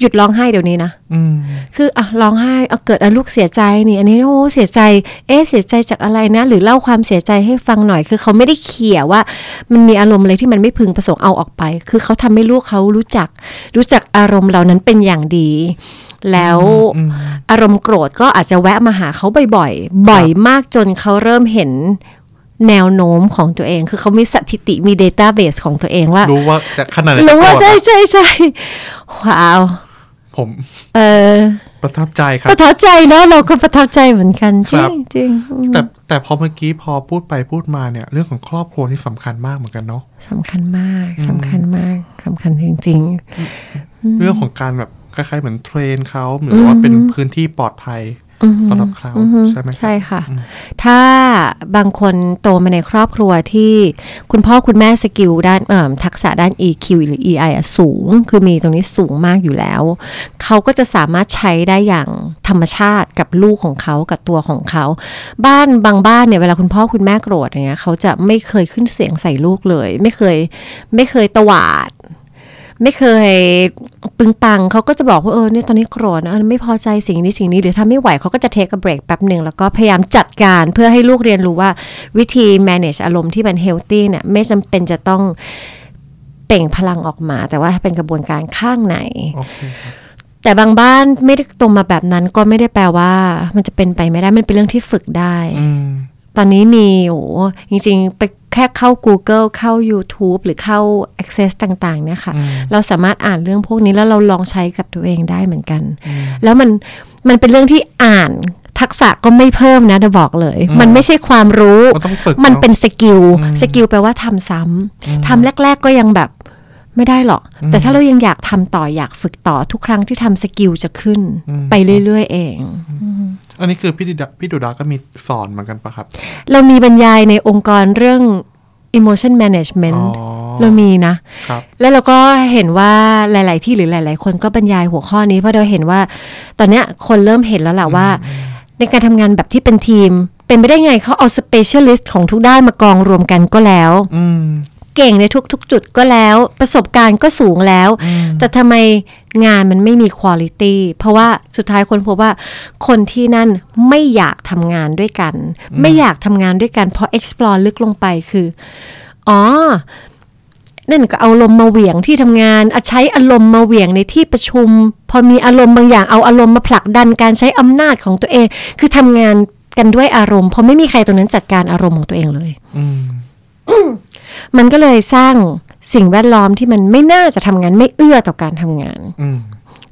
[SPEAKER 4] หยุดร้องไห้เดี๋ยวนี้นะ
[SPEAKER 3] อืม
[SPEAKER 4] คืออ่ะร้องไห้เอาเกิดอ่ะลูกเสียใจนี่ อันนี้โอ้เสียใจ เอ๊ะเสียใจจากอะไรนะ หรือเล่าความเสียใจให้ฟังหน่อย คือเขาไม่ได้เขี่ยว่า มันมีอารมณ์อะไรที่มันไม่พึงประสงค์เอาออกไป คือเขาทำให้ลูกเขารู้จัก รู้จักอารมณ์เหล่านั้นเป็นอย่างดี แล้ว
[SPEAKER 3] อืม
[SPEAKER 4] อารมณ์โกรธก็อาจจะแวะมาหาเขาบ่อยๆ บ่อยมากจนเขาเริ่มเห็นแนวโน้มของตัวเอง คือเขามีสถิติมีเดต้าเบสของตัวเองว่า
[SPEAKER 3] รู้ว่าจะขนาดไหน
[SPEAKER 4] รู้ว่า
[SPEAKER 3] จะโกธ
[SPEAKER 4] ใช่ใช่ใช่ว้าว
[SPEAKER 3] ผม
[SPEAKER 4] เออ
[SPEAKER 3] ประทับใจครั
[SPEAKER 4] ป
[SPEAKER 3] บ
[SPEAKER 4] ระทับใจเนาะเราก็ประทับใจเหมือนกัน
[SPEAKER 3] ค
[SPEAKER 4] จ
[SPEAKER 3] รั
[SPEAKER 4] ริ
[SPEAKER 3] บ
[SPEAKER 4] งจริงอืม
[SPEAKER 3] แต่แต่พอเมื่อกี้พอพูดไปพูดมาเนี่ย เรื่องของครอบครัวที่สำคัญมากเหมือนกันเนาะ
[SPEAKER 4] สำคัญมากสำคัญมากสำคัญจริง
[SPEAKER 3] เรื่องของการแบบคล้ายๆเหมือนเทรนเขาหรือว่าเป็นพื้นที่ปลอดภัย
[SPEAKER 4] ๆ อือฮึ
[SPEAKER 3] สำหรับเขา
[SPEAKER 4] อือฮึ
[SPEAKER 3] ใช่ไหมครับ
[SPEAKER 4] ใช่ค่ะ
[SPEAKER 3] อืม
[SPEAKER 4] ถ้าบางคนโตมาในครอบครัวที่คุณพ่อคุณแม่สกิลด้านเอิ่มทักษะด้าน EQ หรือ EI อะสูง คือมีตรงนี้สูงมากอยู่แล้ว เขาก็จะสามารถใช้ได้อย่างธรรมชาติกับลูกของเขากับตัวของเขา บ้านบางบ้านเนี่ยเวลาคุณพ่อคุณแม่โกรธอย่างเงี้ยเขาจะไม่เคยขึ้นเสียงใส่ลูกเลย ไม่เคยไม่เคยตวาด ไม่เคยปึงปังเขาก็จะบอกว่าเออเนี่ยตอนนี้โกรธนะเออไม่พอใจสิ่งนี้สิ่งนี้หรือถ้าไม่ไหวเขาก็จะเทคเบรกแป๊บหนึ่งแล้วก็พยายามจัดการเพื่อให้ลูกเรียนรู้ว่าวิธี manage อารมณ์ที่มัน healthy เนี่ยไม่จำเป็นจะต้องเปล่งพลังออกมา แต่ว่าเป็นกระบวนการข้างใน
[SPEAKER 3] โอเคครับ
[SPEAKER 4] แต่บางบ้านไม่ได้โตมาแบบนั้นก็ไม่ได้แปลว่า มันจะเป็นไปไม่ได้มันเป็นเรื่องที่ฝึกได้
[SPEAKER 3] อืม
[SPEAKER 4] ตอนนี้มีโอ้โหจริงๆไปแค่เข้า Google เข้า YouTube หรือเข้า Access ต่างๆเนี่ยค่ะ
[SPEAKER 3] อืม
[SPEAKER 4] เราสามารถอ่านเรื่องพวกนี้แล้วเราลองใช้กับตัวเองได้เหมือนกัน
[SPEAKER 3] อืม
[SPEAKER 4] แล้วมันมันเป็นเรื่องที่อ่านทักษะก็ไม่เพิ่มนะจะบอกเลย
[SPEAKER 3] อืม
[SPEAKER 4] มันไม่ใช่ความรู้
[SPEAKER 3] มันต้องฝึก
[SPEAKER 4] มันเป็น
[SPEAKER 3] อะ
[SPEAKER 4] สกิล
[SPEAKER 3] อืม
[SPEAKER 4] สกิลแปลว่าทำซ้ำ
[SPEAKER 3] อืม
[SPEAKER 4] ทำแรก ๆก็ยังแบบไม่ได้หรอก
[SPEAKER 3] อืม
[SPEAKER 4] แต่ถ้าเรายังอยากทำต่ออยากฝึกต่อทุกครั้งที่ทำสกิลจะขึ้น
[SPEAKER 3] อืม
[SPEAKER 4] ไปเรื่อยๆเอง
[SPEAKER 3] อันนี้คือพี่ดิดาพี่ดูดาก็มีสอนเหมือนกันปะครับ
[SPEAKER 4] เรามีบรรยายในองค์กรเรื่อง emotion management
[SPEAKER 3] อ๋อ
[SPEAKER 4] เรามีนะ
[SPEAKER 3] ครับ
[SPEAKER 4] แล้วเราก็เห็นว่าหลาย ๆ ที่หรือหลาย ๆ คนก็บรรยายหัวข้อนี้เพราะเราเห็นว่า ตอนเนี้ยคนเริ่มเห็นแล้วแหละว่า ในการทำงานแบบที่เป็นทีม เป็นไปได้ไงเขาเอา specialist ของทุกด้านมากองรวมกันก็แล้ว
[SPEAKER 3] อืม
[SPEAKER 4] เก่งในทุก ๆ จุดก็แล้ว ประสบการณ์ก็สูงแล้ว
[SPEAKER 3] อืม
[SPEAKER 4] แต่ทำไมงานมันไม่มีคุณ i t y เพราะว่าสุดท้ายคนพบว่าคนที่นั่นไม่อยากทำงานด้วยกัน ไม่อยากทำงานด้วยกัน เพราะ explore ลึกลงไปคือ อ๋อ นั่นก็เอาอารมณ์มาเหวี่ยงที่ทำงานอะใช้อารมณ์มาเหวี่ยงในที่ประชุม พอมีอารมณ์บางอย่างเอาอารมณ์มาผลักดันการใช้อำนาจของตัวเอง คือทำงานกันด้วยอารมณ์เพราะไม่มีใครตรงนั้นจัดการอารมณ์ของตัวเองเลย
[SPEAKER 3] อืม
[SPEAKER 4] มันก็เลยสร้างสิ่งแวดล้อมที่มันไม่น่าจะทำงานไม่เอื้อต่อการทำงาน
[SPEAKER 3] อืม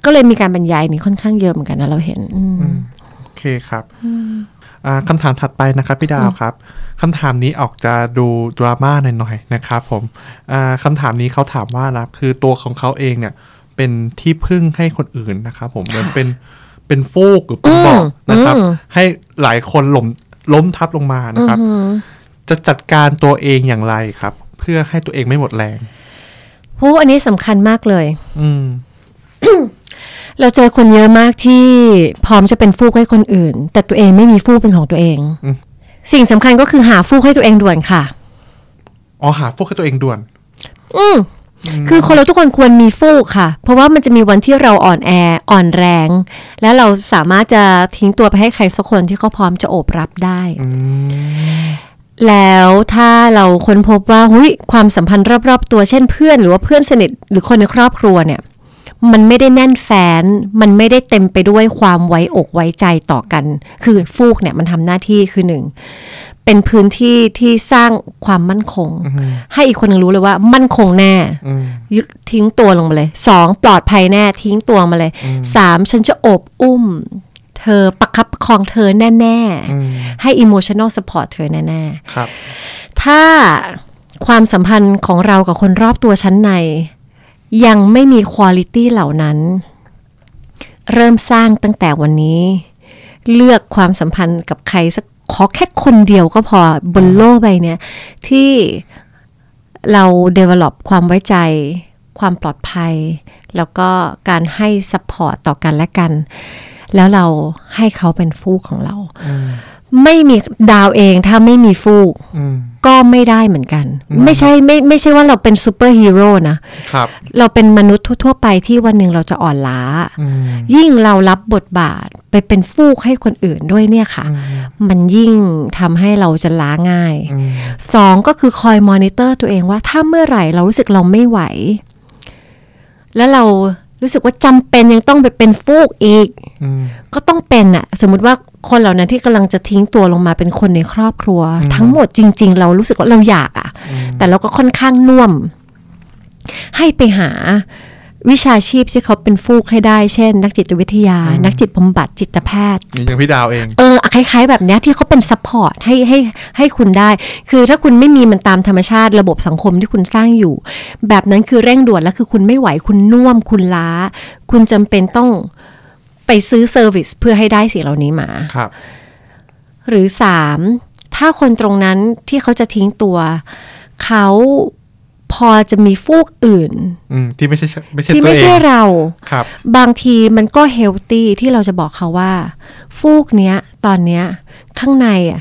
[SPEAKER 4] ก็เลยมีการบรรยายนี้ค่อนข้างเยอะเหมือนกันนะเราเห็นอืม
[SPEAKER 3] โอเคครับอ่าคำถามถัดไปนะครับพี่ดาวครับคำถามนี้ออกจะดูดราม่าหน่อยๆนะครับผมอ่าคำถามนี้เขาถามว่านะครับคือตัวของเขาเองเนี่ย เป็นที่พึ่งให้คนอื่นนะครับผมเหมือนเป็นเป็นฟูกหรือเป็นเบอกนะครับ
[SPEAKER 4] อืม
[SPEAKER 3] ให้หลายคนล้มล้มทับลงมานะครับ
[SPEAKER 4] อืม
[SPEAKER 3] จะจัดการตัวเองอย่างไรครับ เพื่อให้ตัวเองไม่หมดแรง
[SPEAKER 4] โหอันนี้สำคัญมากเลย
[SPEAKER 3] อืม
[SPEAKER 4] เราเจอคนเยอะมากที่พร้อมจะเป็นฟูกให้คนอื่น แต่ตัวเองไม่มีฟูกเป็นของตัวเอง
[SPEAKER 3] อืม
[SPEAKER 4] สิ่งสำคัญก็คือหาฟูกให้ตัวเองด่วนค่ะ
[SPEAKER 3] อ๋อหาฟูกให้ตัวเองด่วน
[SPEAKER 4] อืมคือคนเราทุกคนควรมีฟูกค่ะ เพราะว่ามันจะมีวันที่เราอ่อนแออ่อนแรง แล้วเราสามารถจะทิ้งตัวไปให้ใครสักคนที่เขาพร้อมจะโอบรับได้
[SPEAKER 3] อืม
[SPEAKER 4] แล้วถ้าเราค้นพบว่าหุยความสัมพันธ์รอบๆ ตัวเช่นเพื่อนหรือว่าเพื่อนสนิทหรือคนในครอบครัวเนี่ย มันไม่ได้แน่นแฟน มันไม่ได้เต็มไปด้วยความไว้อกไว้ใจต่อกัน คือฟูกเนี่ยมันทำหน้าที่คือหนึ่งเป็นพื้นที่ที่สร้างความมั่นคง
[SPEAKER 3] อืม
[SPEAKER 4] ให้อีกคนหนึงรู้เลยว่ามั่นคงแน่
[SPEAKER 3] อืม
[SPEAKER 4] ยุทิ้งตัวลงมาเลยสองปลอดภัยแน่ทิ้งตัวมาเลย
[SPEAKER 3] อืม
[SPEAKER 4] สามฉันจะโอบอุ้ม เธอประคับประคองเธอแน่
[SPEAKER 3] อืม
[SPEAKER 4] ๆ ให้ emotional support เธอแน่
[SPEAKER 3] ครับ
[SPEAKER 4] ๆ ถ้าความสัมพันธ์ของเรากับคนรอบตัวชั้นใน ยังไม่มีคุณลิตี้เหล่านั้น เริ่มสร้างตั้งแต่วันนี้ เลือกความสัมพันธ์กับใครสักขอแค่คนเดียวก็พอบนโลกใบเนี้ยที่เรา develop ความไว้ใจ ความปลอดภัย แล้วก็การให้ support ต่อกันและกัน แล้วเราให้เขาเป็นฟูกของเรา
[SPEAKER 3] อืม
[SPEAKER 4] ไม่มีดาวเองถ้าไม่มีฟูก
[SPEAKER 3] อืม
[SPEAKER 4] ก็ไม่ได้เหมือนกัน
[SPEAKER 3] อืม
[SPEAKER 4] ไม่ใช่ไม่ไม่ใช่ว่าเราเป็นซูเปอร์ฮีโร่นะ
[SPEAKER 3] ครับ
[SPEAKER 4] เราเป็นมนุษย์ทั่วๆไปที่วันหนึ่งเราจะอ่อนล้า
[SPEAKER 3] อืม
[SPEAKER 4] ยิ่งเรารับบทบาทไปเป็นฟูกให้คนอื่นด้วยเนี่ยค่ะ มันยิ่งทำให้เราจะล้าง่าย
[SPEAKER 3] อืม
[SPEAKER 4] สองก็คือคอยมอนิเตอร์ตัวเองว่าถ้าเมื่อไหร่เรารู้สึกเราไม่ไหว แล้วเรารู้สึกว่าจำเป็นยังต้องไปเป็นฟูกอีก
[SPEAKER 3] อืม
[SPEAKER 4] ก็ต้องเป็นอะสมมติว่าคนเหล่านั้นที่กำลังจะทิ้งตัวลงมาเป็นคนในครอบครัว
[SPEAKER 3] อืม
[SPEAKER 4] ทั้งหมดจริง ๆ เรารู้สึกว่าเราอยากอะ
[SPEAKER 3] อืม
[SPEAKER 4] แต่เราก็ค่อนข้างน่วม ให้ไปหาวิชาชีพที่เขาเป็นฟูกให้ได้เช่น นักจิตวิทยา นักจิตบำบัดจิตแพทย์
[SPEAKER 3] นี่ยังพี่ดาวเอง
[SPEAKER 4] เออคล้าย ๆ แบบเนี้ยที่เขาเป็นซัพพอร์ตให้ให้ให้คุณได้ คือถ้าคุณไม่มีมันตามธรรมชาติระบบสังคมที่คุณสร้างอยู่ แบบนั้นคือเร่งด่วนแล้วคือคุณไม่ไหวคุณน่วมคุณล้า คุณจำเป็นต้องไป ไปซื้อเซอร์วิสเพื่อให้ได้สิ่งเหล่านี้มา
[SPEAKER 3] ครับ
[SPEAKER 4] หรือสามถ้าคนตรงนั้นที่เขาจะทิ้งตัว เขาพอจะมีฟูกอื่น
[SPEAKER 3] อืมที่ไม่ใช่ไม่ใช่
[SPEAKER 4] ที่
[SPEAKER 3] ตัว
[SPEAKER 4] ไม่
[SPEAKER 3] เอ
[SPEAKER 4] ใช่
[SPEAKER 3] ง
[SPEAKER 4] เรา
[SPEAKER 3] ครับ
[SPEAKER 4] บางทีมันก็เฮลตี้ที่เราจะบอกเขาว่า ฟูกเนี้ย ตอนเนี้ย ข้างในอะ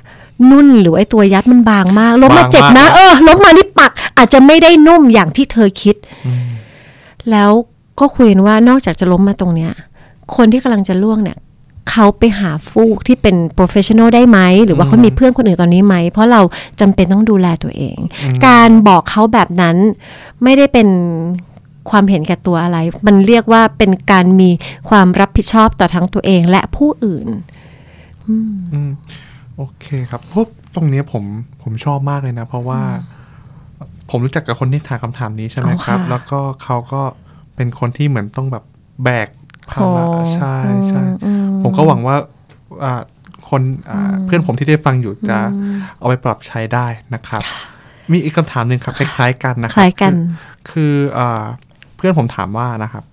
[SPEAKER 4] นุ่นหรือไอตัวยัดมันบางมากลบมา
[SPEAKER 3] บาง
[SPEAKER 4] เจ็บนะ
[SPEAKER 3] มาก
[SPEAKER 4] เออลบมานี่ปัก อาจจะไม่ได้นุ่มอย่างที่เธอคิด แล้วก็คุยกันว่านอกจากจะล้มมาตรงเนี้ย คนที่กำลังจะล่วงเนี่ย เขาไปหาฟูกที่เป็น professional ได้ไหม หรือว่าเขามีเพื่อนคนอื่นตอนนี้ไหม เพราะเราจำเป็นต้องดูแลตัวเอง การบอกเขาแบบนั้นไม่ได้เป็นความเห็นแก่ตัวอะไร มันเรียกว่าเป็นการมีความรับผิดชอบต่อทั้งตัวเองและผู้อื่น
[SPEAKER 3] อืมโอเคครับปุ๊บตรงเนี้ยผมผมชอบมากเลยนะ เพราะว่า ผมรู้จักกับคนที่ถามคำถามนี้ใช่ไหม
[SPEAKER 4] อ๋อ
[SPEAKER 3] ค
[SPEAKER 4] ค่ะ
[SPEAKER 3] รับ แล้วก็เขาก็เป็นคนที่เหมือนต้องแบบแบกภาระ
[SPEAKER 4] โอ้
[SPEAKER 3] ใช่ใช่
[SPEAKER 4] อืม
[SPEAKER 3] ผมก็หวังว่าอ่าคนอ่าเพื่อนผมที่ได้ฟังอยู่จะเอาไปปรับใช้ได้นะครับ มีอีกคำถามหนึ่งครับ คล้าย ๆ กันนะครั
[SPEAKER 4] คล้ายกัน
[SPEAKER 3] อคืออ่าเพื่อนผมถามว่านะครับ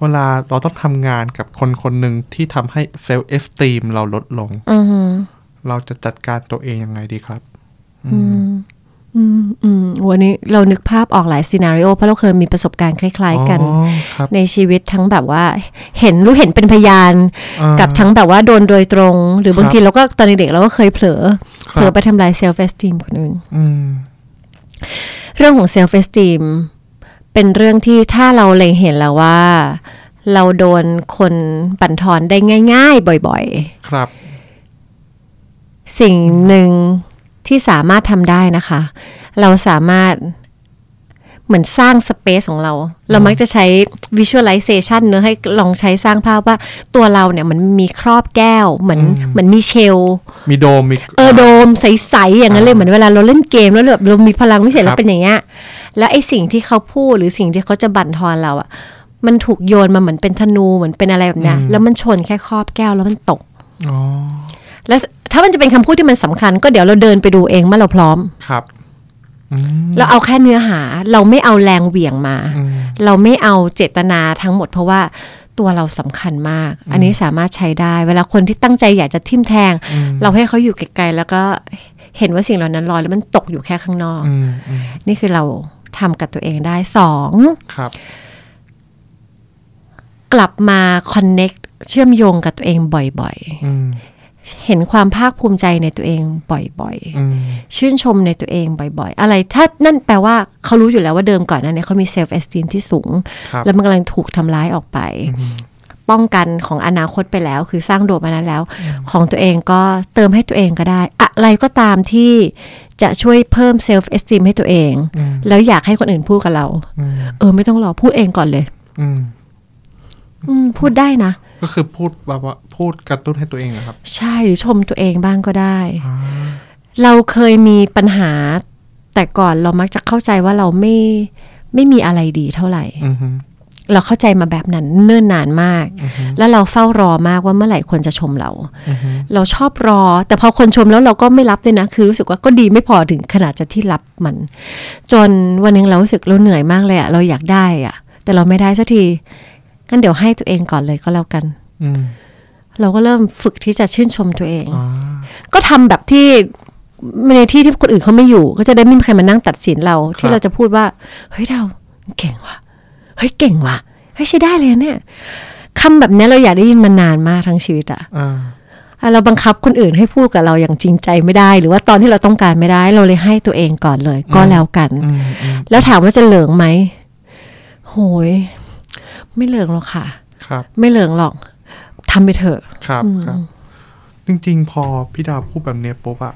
[SPEAKER 3] เวลาเราต้องทำงานกับคนคนหนึ่งที่ทำให้ self esteem เราลดลง
[SPEAKER 4] อือหือ
[SPEAKER 3] เราจะจัดการตัวเองยังไงดีครับ
[SPEAKER 4] อืมอืมวันนี้เรานึกภาพออกหลายซีนารีโอเพราะเราเคยมีประสบการณ์คล้าย ๆ กัน
[SPEAKER 3] อ๋อครับ
[SPEAKER 4] ในชีวิตทั้งแบบว่า เห็นรู้เห็นเป็นพยาน
[SPEAKER 3] อ่ากั
[SPEAKER 4] กับทั้งแบบว่าโดนโดยตรง หรือบา
[SPEAKER 3] ค
[SPEAKER 4] ง
[SPEAKER 3] รับ
[SPEAKER 4] ทีเราก็ตอนเด็กๆเราก็เคยเผลอ
[SPEAKER 3] ครับ
[SPEAKER 4] เผลอไปทำลายเซลฟ์เอสติมคนอื่น
[SPEAKER 3] อืม
[SPEAKER 4] เรื่องของเซลฟ์เอสติมเป็นเรื่องที่ถ้าเราเล็งเห็นแล้วว่า เราโดนคนบั่นทอนได้ง่าย ๆ บ่อย
[SPEAKER 3] ครับ
[SPEAKER 4] ๆ สิ่งหนึ่งที่สามารถทำได้นะคะ เราสามารถเหมือนสร้างสเปซของเรา เรามักจะใช้ visualization เนอะให้ลองใช้สร้างภาพว่าตัวเราเนี่ยเหมันมีครอบแก้วเหมือนเหมือนมีเชล
[SPEAKER 3] มีโดมมี
[SPEAKER 4] เออโดมใส ๆ อย่างนั้นเลย
[SPEAKER 3] อ่า
[SPEAKER 4] เหมือนเวลาเราเล่นเกมแล้วแบบเรามีพลังพิเศษ
[SPEAKER 3] ครับ
[SPEAKER 4] แล้วเป็นอย่างเงี้ยแล้วไอ้สิ่งที่เขาพูดหรือสิ่งที่เขาจะบั่นทอนเราอะมันถูกโยนมาเหมือนเป็นธนูเหมือนเป็นอะไรแบบเนี้ยแล้วมันชนแค่ครอบแก้วแล้วมันตก
[SPEAKER 3] อ๋อ
[SPEAKER 4] แล้วถ้ามันจะเป็นคำพูดที่มันสำคัญ ก็เดี๋ยวเราเดินไปดูเองเมื่อเราพร้อม
[SPEAKER 3] ครับ อืม
[SPEAKER 4] เราเอาแค่เนื้อหาเราไม่เอาแรงเหวี่ยงมา
[SPEAKER 3] อืม
[SPEAKER 4] เราไม่เอาเจตนาทั้งหมดเพราะว่าตัวเราสำคัญมาก อันนี้สามารถใช้ได้ เวลาคนที่ตั้งใจอยากจะทิ่มแทง เราให้เขาอยู่ไกลๆแล้วก็เห็นว่าสิ่งเหล่านั้นลอยแล้วมันตกอยู่แค่ข้างนอก
[SPEAKER 3] อืมอืม
[SPEAKER 4] นี่คือเราทำกับตัวเองได้สอง
[SPEAKER 3] ครับ
[SPEAKER 4] กลับมาคอนเน็กเชื่อมโยงกับตัวเองบ่อย
[SPEAKER 3] อืม
[SPEAKER 4] ๆ เห็นความภาคภูมิใจในตัวเองบ่อย
[SPEAKER 3] อืม
[SPEAKER 4] ๆ ชื่นชมในตัวเองบ่อยๆ อะไรถ้านั่นแปลว่าเขารู้อยู่แล้วว่าเดิมก่อนหนั้นเนี่ยเขามีเซลฟ์เอสติมที่สูง
[SPEAKER 3] ครับ
[SPEAKER 4] แล้วมันกำลังถูกทำร้ายออกไป ป้องกันของอนาคตไปแล้ว คือสร้างโดมมานั้นแล้ว ของตัวเองก็เติมให้ตัวเองก็ได้ อะไรก็ตามที่จะช่วยเพิ่มเซลฟ์เอสติมให้ตัวเอง
[SPEAKER 3] อืม
[SPEAKER 4] แล้วอยากให้คนอื่นพูดกับเรา
[SPEAKER 3] อืม
[SPEAKER 4] เออ ไม่ต้องรอพูดเองก่อนเลย
[SPEAKER 3] อืม
[SPEAKER 4] อืมพูดได้นะ
[SPEAKER 3] ก็คือพูดแบบว่าพูดกระตุ้นให้ตัวเองนะครับ
[SPEAKER 4] ใช่หรือชมตัวเองบ้างก็ได้
[SPEAKER 3] อ่า
[SPEAKER 4] เราเคยมีปัญหา แต่ก่อนเรามักจะเข้าใจว่าเราไม่ไม่มีอะไรดีเท่าไหร่
[SPEAKER 3] อืมฮึ
[SPEAKER 4] เราเข้าใจมาแบบนั้นเนิ่นนานมาก แล้วเราเฝ้ารอมากว่าเมื่อไหร่คนจะชมเรา
[SPEAKER 3] อืมฮึ
[SPEAKER 4] เราชอบรอ แต่พอคนชมแล้วเราก็ไม่รับเลยนะ คือรู้สึกว่าก็ดีไม่พอถึงขนาดจะที่รับมัน จนวันหนึงเรารู้สึกเราเหนื่อยมากเลยอะเราอยากได้อะแต่เราไม่ได้สักทีงั้นเดี๋ยวให้ตัวเองก่อนเลยก็แล้วกัน
[SPEAKER 3] อืม
[SPEAKER 4] เราก็เริ่มฝึกที่จะชื่นชมตัวเอง
[SPEAKER 3] อ่า
[SPEAKER 4] ก็ทำแบบที่ในที่ที่คนอื่นเขาไม่อยู่ ก็จะได้ไม่มีใครมานั่งตัดสินเรา
[SPEAKER 3] ครั
[SPEAKER 4] ที่
[SPEAKER 3] บ
[SPEAKER 4] เราจะพูดว่า เฮ้ยเราเก่งว่ะเฮ้ยเก่งว่ะเฮ้ยใช้ได้เลยนะเนี่ยคำแบบเนี้ยเราอยากได้ยินมานานมากทั้งชีวิตอะ
[SPEAKER 3] อ่า
[SPEAKER 4] อ่ะเราบังคับคนอื่นให้พูดกับเราอย่างจริงใจไม่ได้ หรือว่าตอนที่เราต้องการไม่ได้เราเลยให้ตัวเองก่อนเลย ก็แล้วกัน
[SPEAKER 3] อืมอืม
[SPEAKER 4] แล้วถามว่าจะเหลืองไหมโหย ไม่เหลืองหรอกค่ะ
[SPEAKER 3] ครับ
[SPEAKER 4] ไม่เหลืองหรอกทำไปเถอะ
[SPEAKER 3] ครับครับ จริงๆ พอพี่ดาวพูดแบบเนี้ยปุ๊บอะ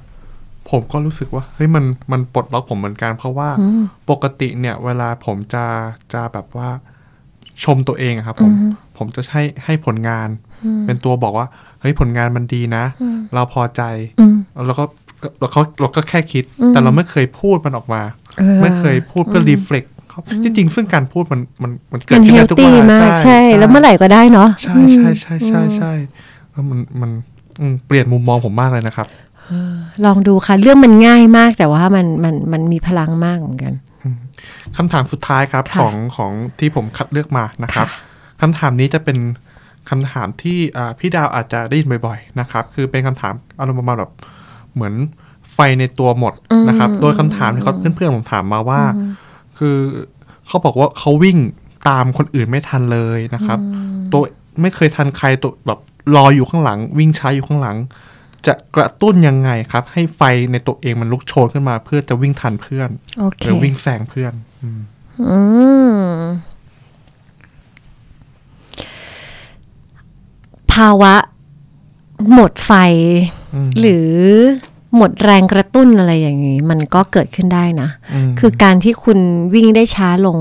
[SPEAKER 3] ผมก็รู้สึกว่าเฮ้ยมันมันปลดล็อกผมเหมือนกัน เพราะว่าปกติเนี่ยเวลาผมจะจะแบบว่าชมตัวเองอะครับผมผมจะให้ให้ผลงาน เป็นตัวบอกว่าเฮ้ยผลงานมันดีนะ เราพอใจ
[SPEAKER 4] อืม
[SPEAKER 3] แล้วก็เราก็เราก็แค่คิด แต่เราไม่เคยพูดมันออกมา
[SPEAKER 4] เออ
[SPEAKER 3] ไม่เคยพูดเพื่อรีเฟล็กจริงๆ ซึ่งการพูดมันมันมันเกิด
[SPEAKER 4] มัน
[SPEAKER 3] ขึ้
[SPEAKER 4] เฮ
[SPEAKER 3] น
[SPEAKER 4] ล
[SPEAKER 3] ได้ทุก
[SPEAKER 4] ตี้
[SPEAKER 3] วัน
[SPEAKER 4] มากใช่ แล้วเมื่อไหร่ก็ได้เนาะ
[SPEAKER 3] ใช่ใช่ใช่ใช่ใช่แล้วมันมันอืมเปลี่ยนมุมมองผมมากเลยนะครับ
[SPEAKER 4] ลองดูค่ะ เรื่องมันง่ายมากแต่ว่ามันมันมันมีพลังมากเหมือนกัน
[SPEAKER 3] คำถามสุดท้ายครับ
[SPEAKER 4] ค่ะ
[SPEAKER 3] ของของที่ผมคัดเลือกมานะครับคำถามนี้จะเป็น คำถามที่อ่าพี่ดาวอาจจะได้ยินบ่อยๆนะครับคือเป็นคำถามอารมณ์ประมาณแบบเหมือนไฟในตัวหมดนะครับ
[SPEAKER 4] อืม
[SPEAKER 3] โดยคำถามที่เขาเพื่อนๆผมถามมาว่า คือเขาบอกว่าเขาวิ่งตามคนอื่นไม่ทันเลยนะครับ ตัวไม่เคยทันใครตัวแบบรออยู่ข้างหลัง วิ่งช้าอยู่ข้างหลัง จะกระตุ้นยังไงครับ ให้ไฟในตัวเองมันลุกโชนขึ้นมา เพื่อจะวิ่งทันเพื่อน
[SPEAKER 4] โอเค
[SPEAKER 3] หรือวิ่งแซงเพื่อนอืม
[SPEAKER 4] อืม ภาวะหมดไฟ
[SPEAKER 3] ม
[SPEAKER 4] หรือหมดแรงกระตุ้นอะไรอย่างนี้ มันก็เกิดขึ้นได้นะ
[SPEAKER 3] ม
[SPEAKER 4] คือการที่คุณวิ่งได้ช้าลง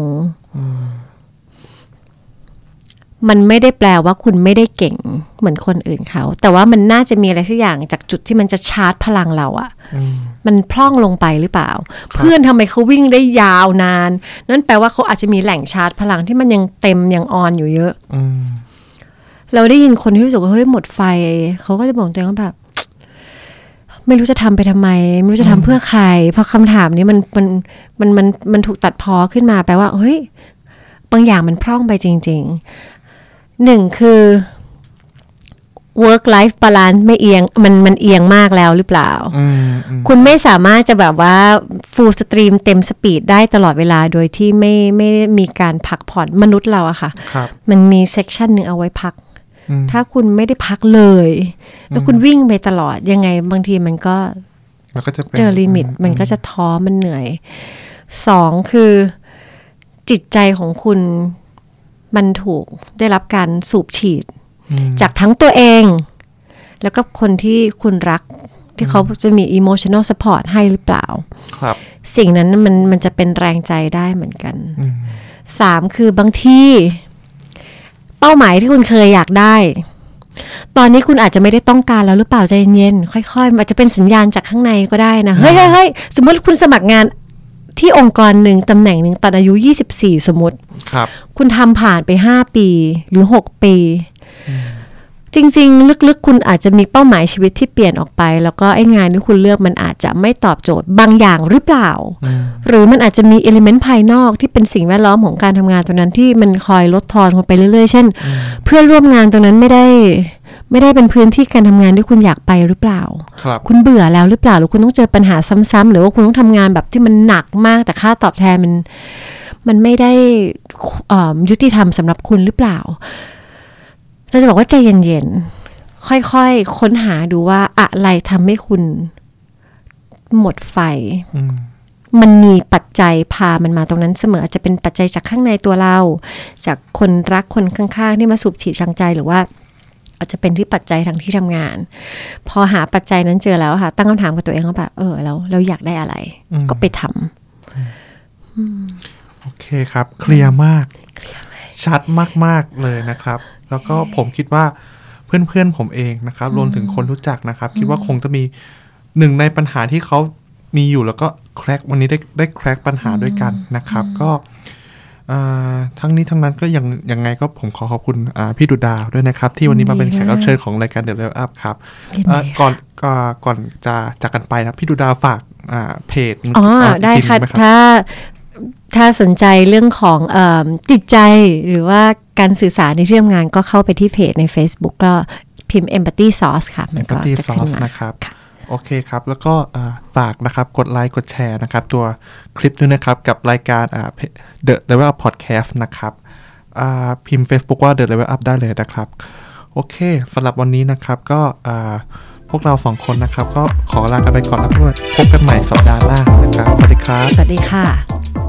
[SPEAKER 4] มันไม่ได้แปลว่าคุณไม่ได้เก่งเหมือนคนอื่นเขา แต่ว่ามันน่าจะมีอะไรสักอย่างจากจุดที่มันจะชาร์จพลังเราอะ
[SPEAKER 3] ม
[SPEAKER 4] มันพล่องลงไปหรือเปล่า เพื่อนทำไมเขาวิ่งได้ยาวนาน นั่นแปลว่าเขาอาจจะมีแหล่งชาร์จพลังที่มันยังเต็มยังออนอยู่เยอะ
[SPEAKER 3] อืม
[SPEAKER 4] เราได้ยินคนที่รู้สึกว่าเฮ้ยหมดไฟ เขาก็จะบอกตัวเองว่าแบบ ไม่รู้จะทำไปทำไม ไม่รู้จะทำเพื่อใคร เพราะคำถามนี้มันมันมันมันมันถูกตัดพ้อขึ้นมาแปลว่าเฮ้ยบางอย่างมันพร่องไปจริงๆหนึ่งคือ work life balance ไม่เอียงมันมันเอียงมากแล้วหรือเปล่า
[SPEAKER 3] อืมอืม
[SPEAKER 4] คุณไม่สามารถจะแบบว่า full stream เต็มสปีดได้ตลอดเวลาโดยที่ไม่ไม่ได้มีการพักผ่อนมนุษย์เราอะค่ะ
[SPEAKER 3] ครับ
[SPEAKER 4] มันมีเซกชันหนึ่งเอาไว้พัก
[SPEAKER 3] อืม
[SPEAKER 4] ถ้าคุณไม่ได้พักเลย แล้วคุณวิ่งไปตลอดยังไงบางทีมันก็
[SPEAKER 3] มันก็จะป็น
[SPEAKER 4] เจอลิมิต มันก็จะท้อมันเหนื่อยสองคือจิตใจของคุณมันถูกได้รับการสูบฉีด
[SPEAKER 3] อืม
[SPEAKER 4] จากทั้งตัวเอง แล้วก็คนที่คุณรักที่เขาจะมี emotional support ให้หรือเปล่า
[SPEAKER 3] ครับ
[SPEAKER 4] สิ่งนั้นมันมันจะเป็นแรงใจได้เหมือนกัน
[SPEAKER 3] อืม
[SPEAKER 4] สามคือบางที่เป้าหมายที่คุณเคยอยากได้ ตอนนี้คุณอาจจะไม่ได้ต้องการแล้วหรือเปล่าใจเย็นๆค่อยๆมันอาจจะเป็นสัญญาณจากข้างในก็ได้นะเฮ้ยเฮ้ยเฮ้ยสมมติคุณสมัครงานที่องค์กรหนึ่งตำแหน่งหนึ่งตอนอายุ 24 สมมติ
[SPEAKER 3] ครับ
[SPEAKER 4] คุณทำผ่านไป 5 ปีหรือ 6 ปี จริงๆ ลึกๆ คุณอาจจะมีเป้าหมายชีวิตที่เปลี่ยนออกไป แล้วก็ไอ้งานที่คุณเลือกมันอาจจะไม่ตอบโจทย์บางอย่างหรือเปล่า
[SPEAKER 3] อืม
[SPEAKER 4] หรือมันอาจจะมีเอลิเมนต์ภายนอกที่เป็นสิ่งแวดล้อมของการทำงานตรงนั้นที่มันคอยลดทอนคุณไปเรื่อยๆ เช่น เพื่อนร่วมงานตรงนั้นไม่ได้ ไม่ได้เป็นพื้นที่การทำงานที่คุณอยากไปหรือเปล่า
[SPEAKER 3] ครับ
[SPEAKER 4] คุณเบื่อแล้วหรือเปล่าหรือคุณต้องเจอปัญหาซ้ำๆหรือว่าคุณต้องทำงานแบบที่มันหนักมากแต่ค่าตอบแทนมันมันไม่ได้เอ่อยุติธรรมสำหรับคุณหรือเปล่า เราจะบอกว่าใจเย็นๆ ค่อยๆ ค้นหาดูว่าอะไรทำให้คุณหมดไฟ
[SPEAKER 3] อืม
[SPEAKER 4] มันมีปัจจัยพามันมาตรงนั้นเสมออาจจะเป็นปัจจัยจากข้างในตัวเรา จากคนรักคนข้างๆ ที่มาสูบฉีดชังใจหรือว่า อาจจะเป็นที่ปัจจัยทางที่ทำงาน พอหาปัจจัยนั้นเจอแล้วอะค่ะ ตั้งคำถามกับตัวเองว่าแบบเออแล้วเราอยากได้อะไร
[SPEAKER 3] อืม
[SPEAKER 4] ก็ไปทำ
[SPEAKER 3] โอเคครับ เคลียร์มาก ชัดมากๆเลยนะครับ แล้วก็ผมคิดว่าเพื่อนๆผมเองนะครับ รวมถึงคนรู้จักนะครับ คิดว่าคงจะมีหนึ่งในปัญหาที่เขามีอยู่แล้วก็แครกวันนี้ได้ได้แครกปัญหาด้วยกันนะครับ ก็เอ่อทั้งนี้ทั้งนั้นก็ยังยังไงก็ผมขอขอบคุณอ่าพี่ดุดาวด้วยนะครับ ที่วันนี้มาเป็นแขกรับเชิญของรายการเดลเลอัพครับเอ่อก่อนก่อนก่อนจะจากกันไปนะพี่ดุดาวฝากอ่าเพจ
[SPEAKER 4] อ๋อ
[SPEAKER 3] อ่า
[SPEAKER 4] ได้
[SPEAKER 3] อีกที
[SPEAKER 4] ค่ะ
[SPEAKER 3] หนึ่งหมรับ
[SPEAKER 4] ถ้าถ้าสนใจเรื่องของเอมจิตใจหรือว่าการสื่อสารในที่ทำงานก็เข้าไปที่เพจใน Facebook ก็พิมพ์ Empathy Sauce ค่ะ มันก็
[SPEAKER 3] ก็ตี
[SPEAKER 4] จะ
[SPEAKER 3] ซอ
[SPEAKER 4] ขึ้น
[SPEAKER 3] ฟ
[SPEAKER 4] มา
[SPEAKER 3] นะครับ
[SPEAKER 4] ค่ะ
[SPEAKER 3] โอเคครับ แล้วก็อ่าฝากนะครับ กดไลค์ กดแชร์นะครับ ตัวคลิปด้วยนะครับ กับรายการอ่า The Level Up Podcast นะครับอ่าพิมพ์ Facebook ว่า The Level Up ได้เลยนะครับ โอเคสำหรับวันนี้นะครับ ก็อ่าพวกเราสองคนนะครับ ก็ขอลากันไปก่อนแล้วพบกันใหม่สัปดาห์หน้านะครับ สวัสดีครับ
[SPEAKER 4] สวัสดีค่ะ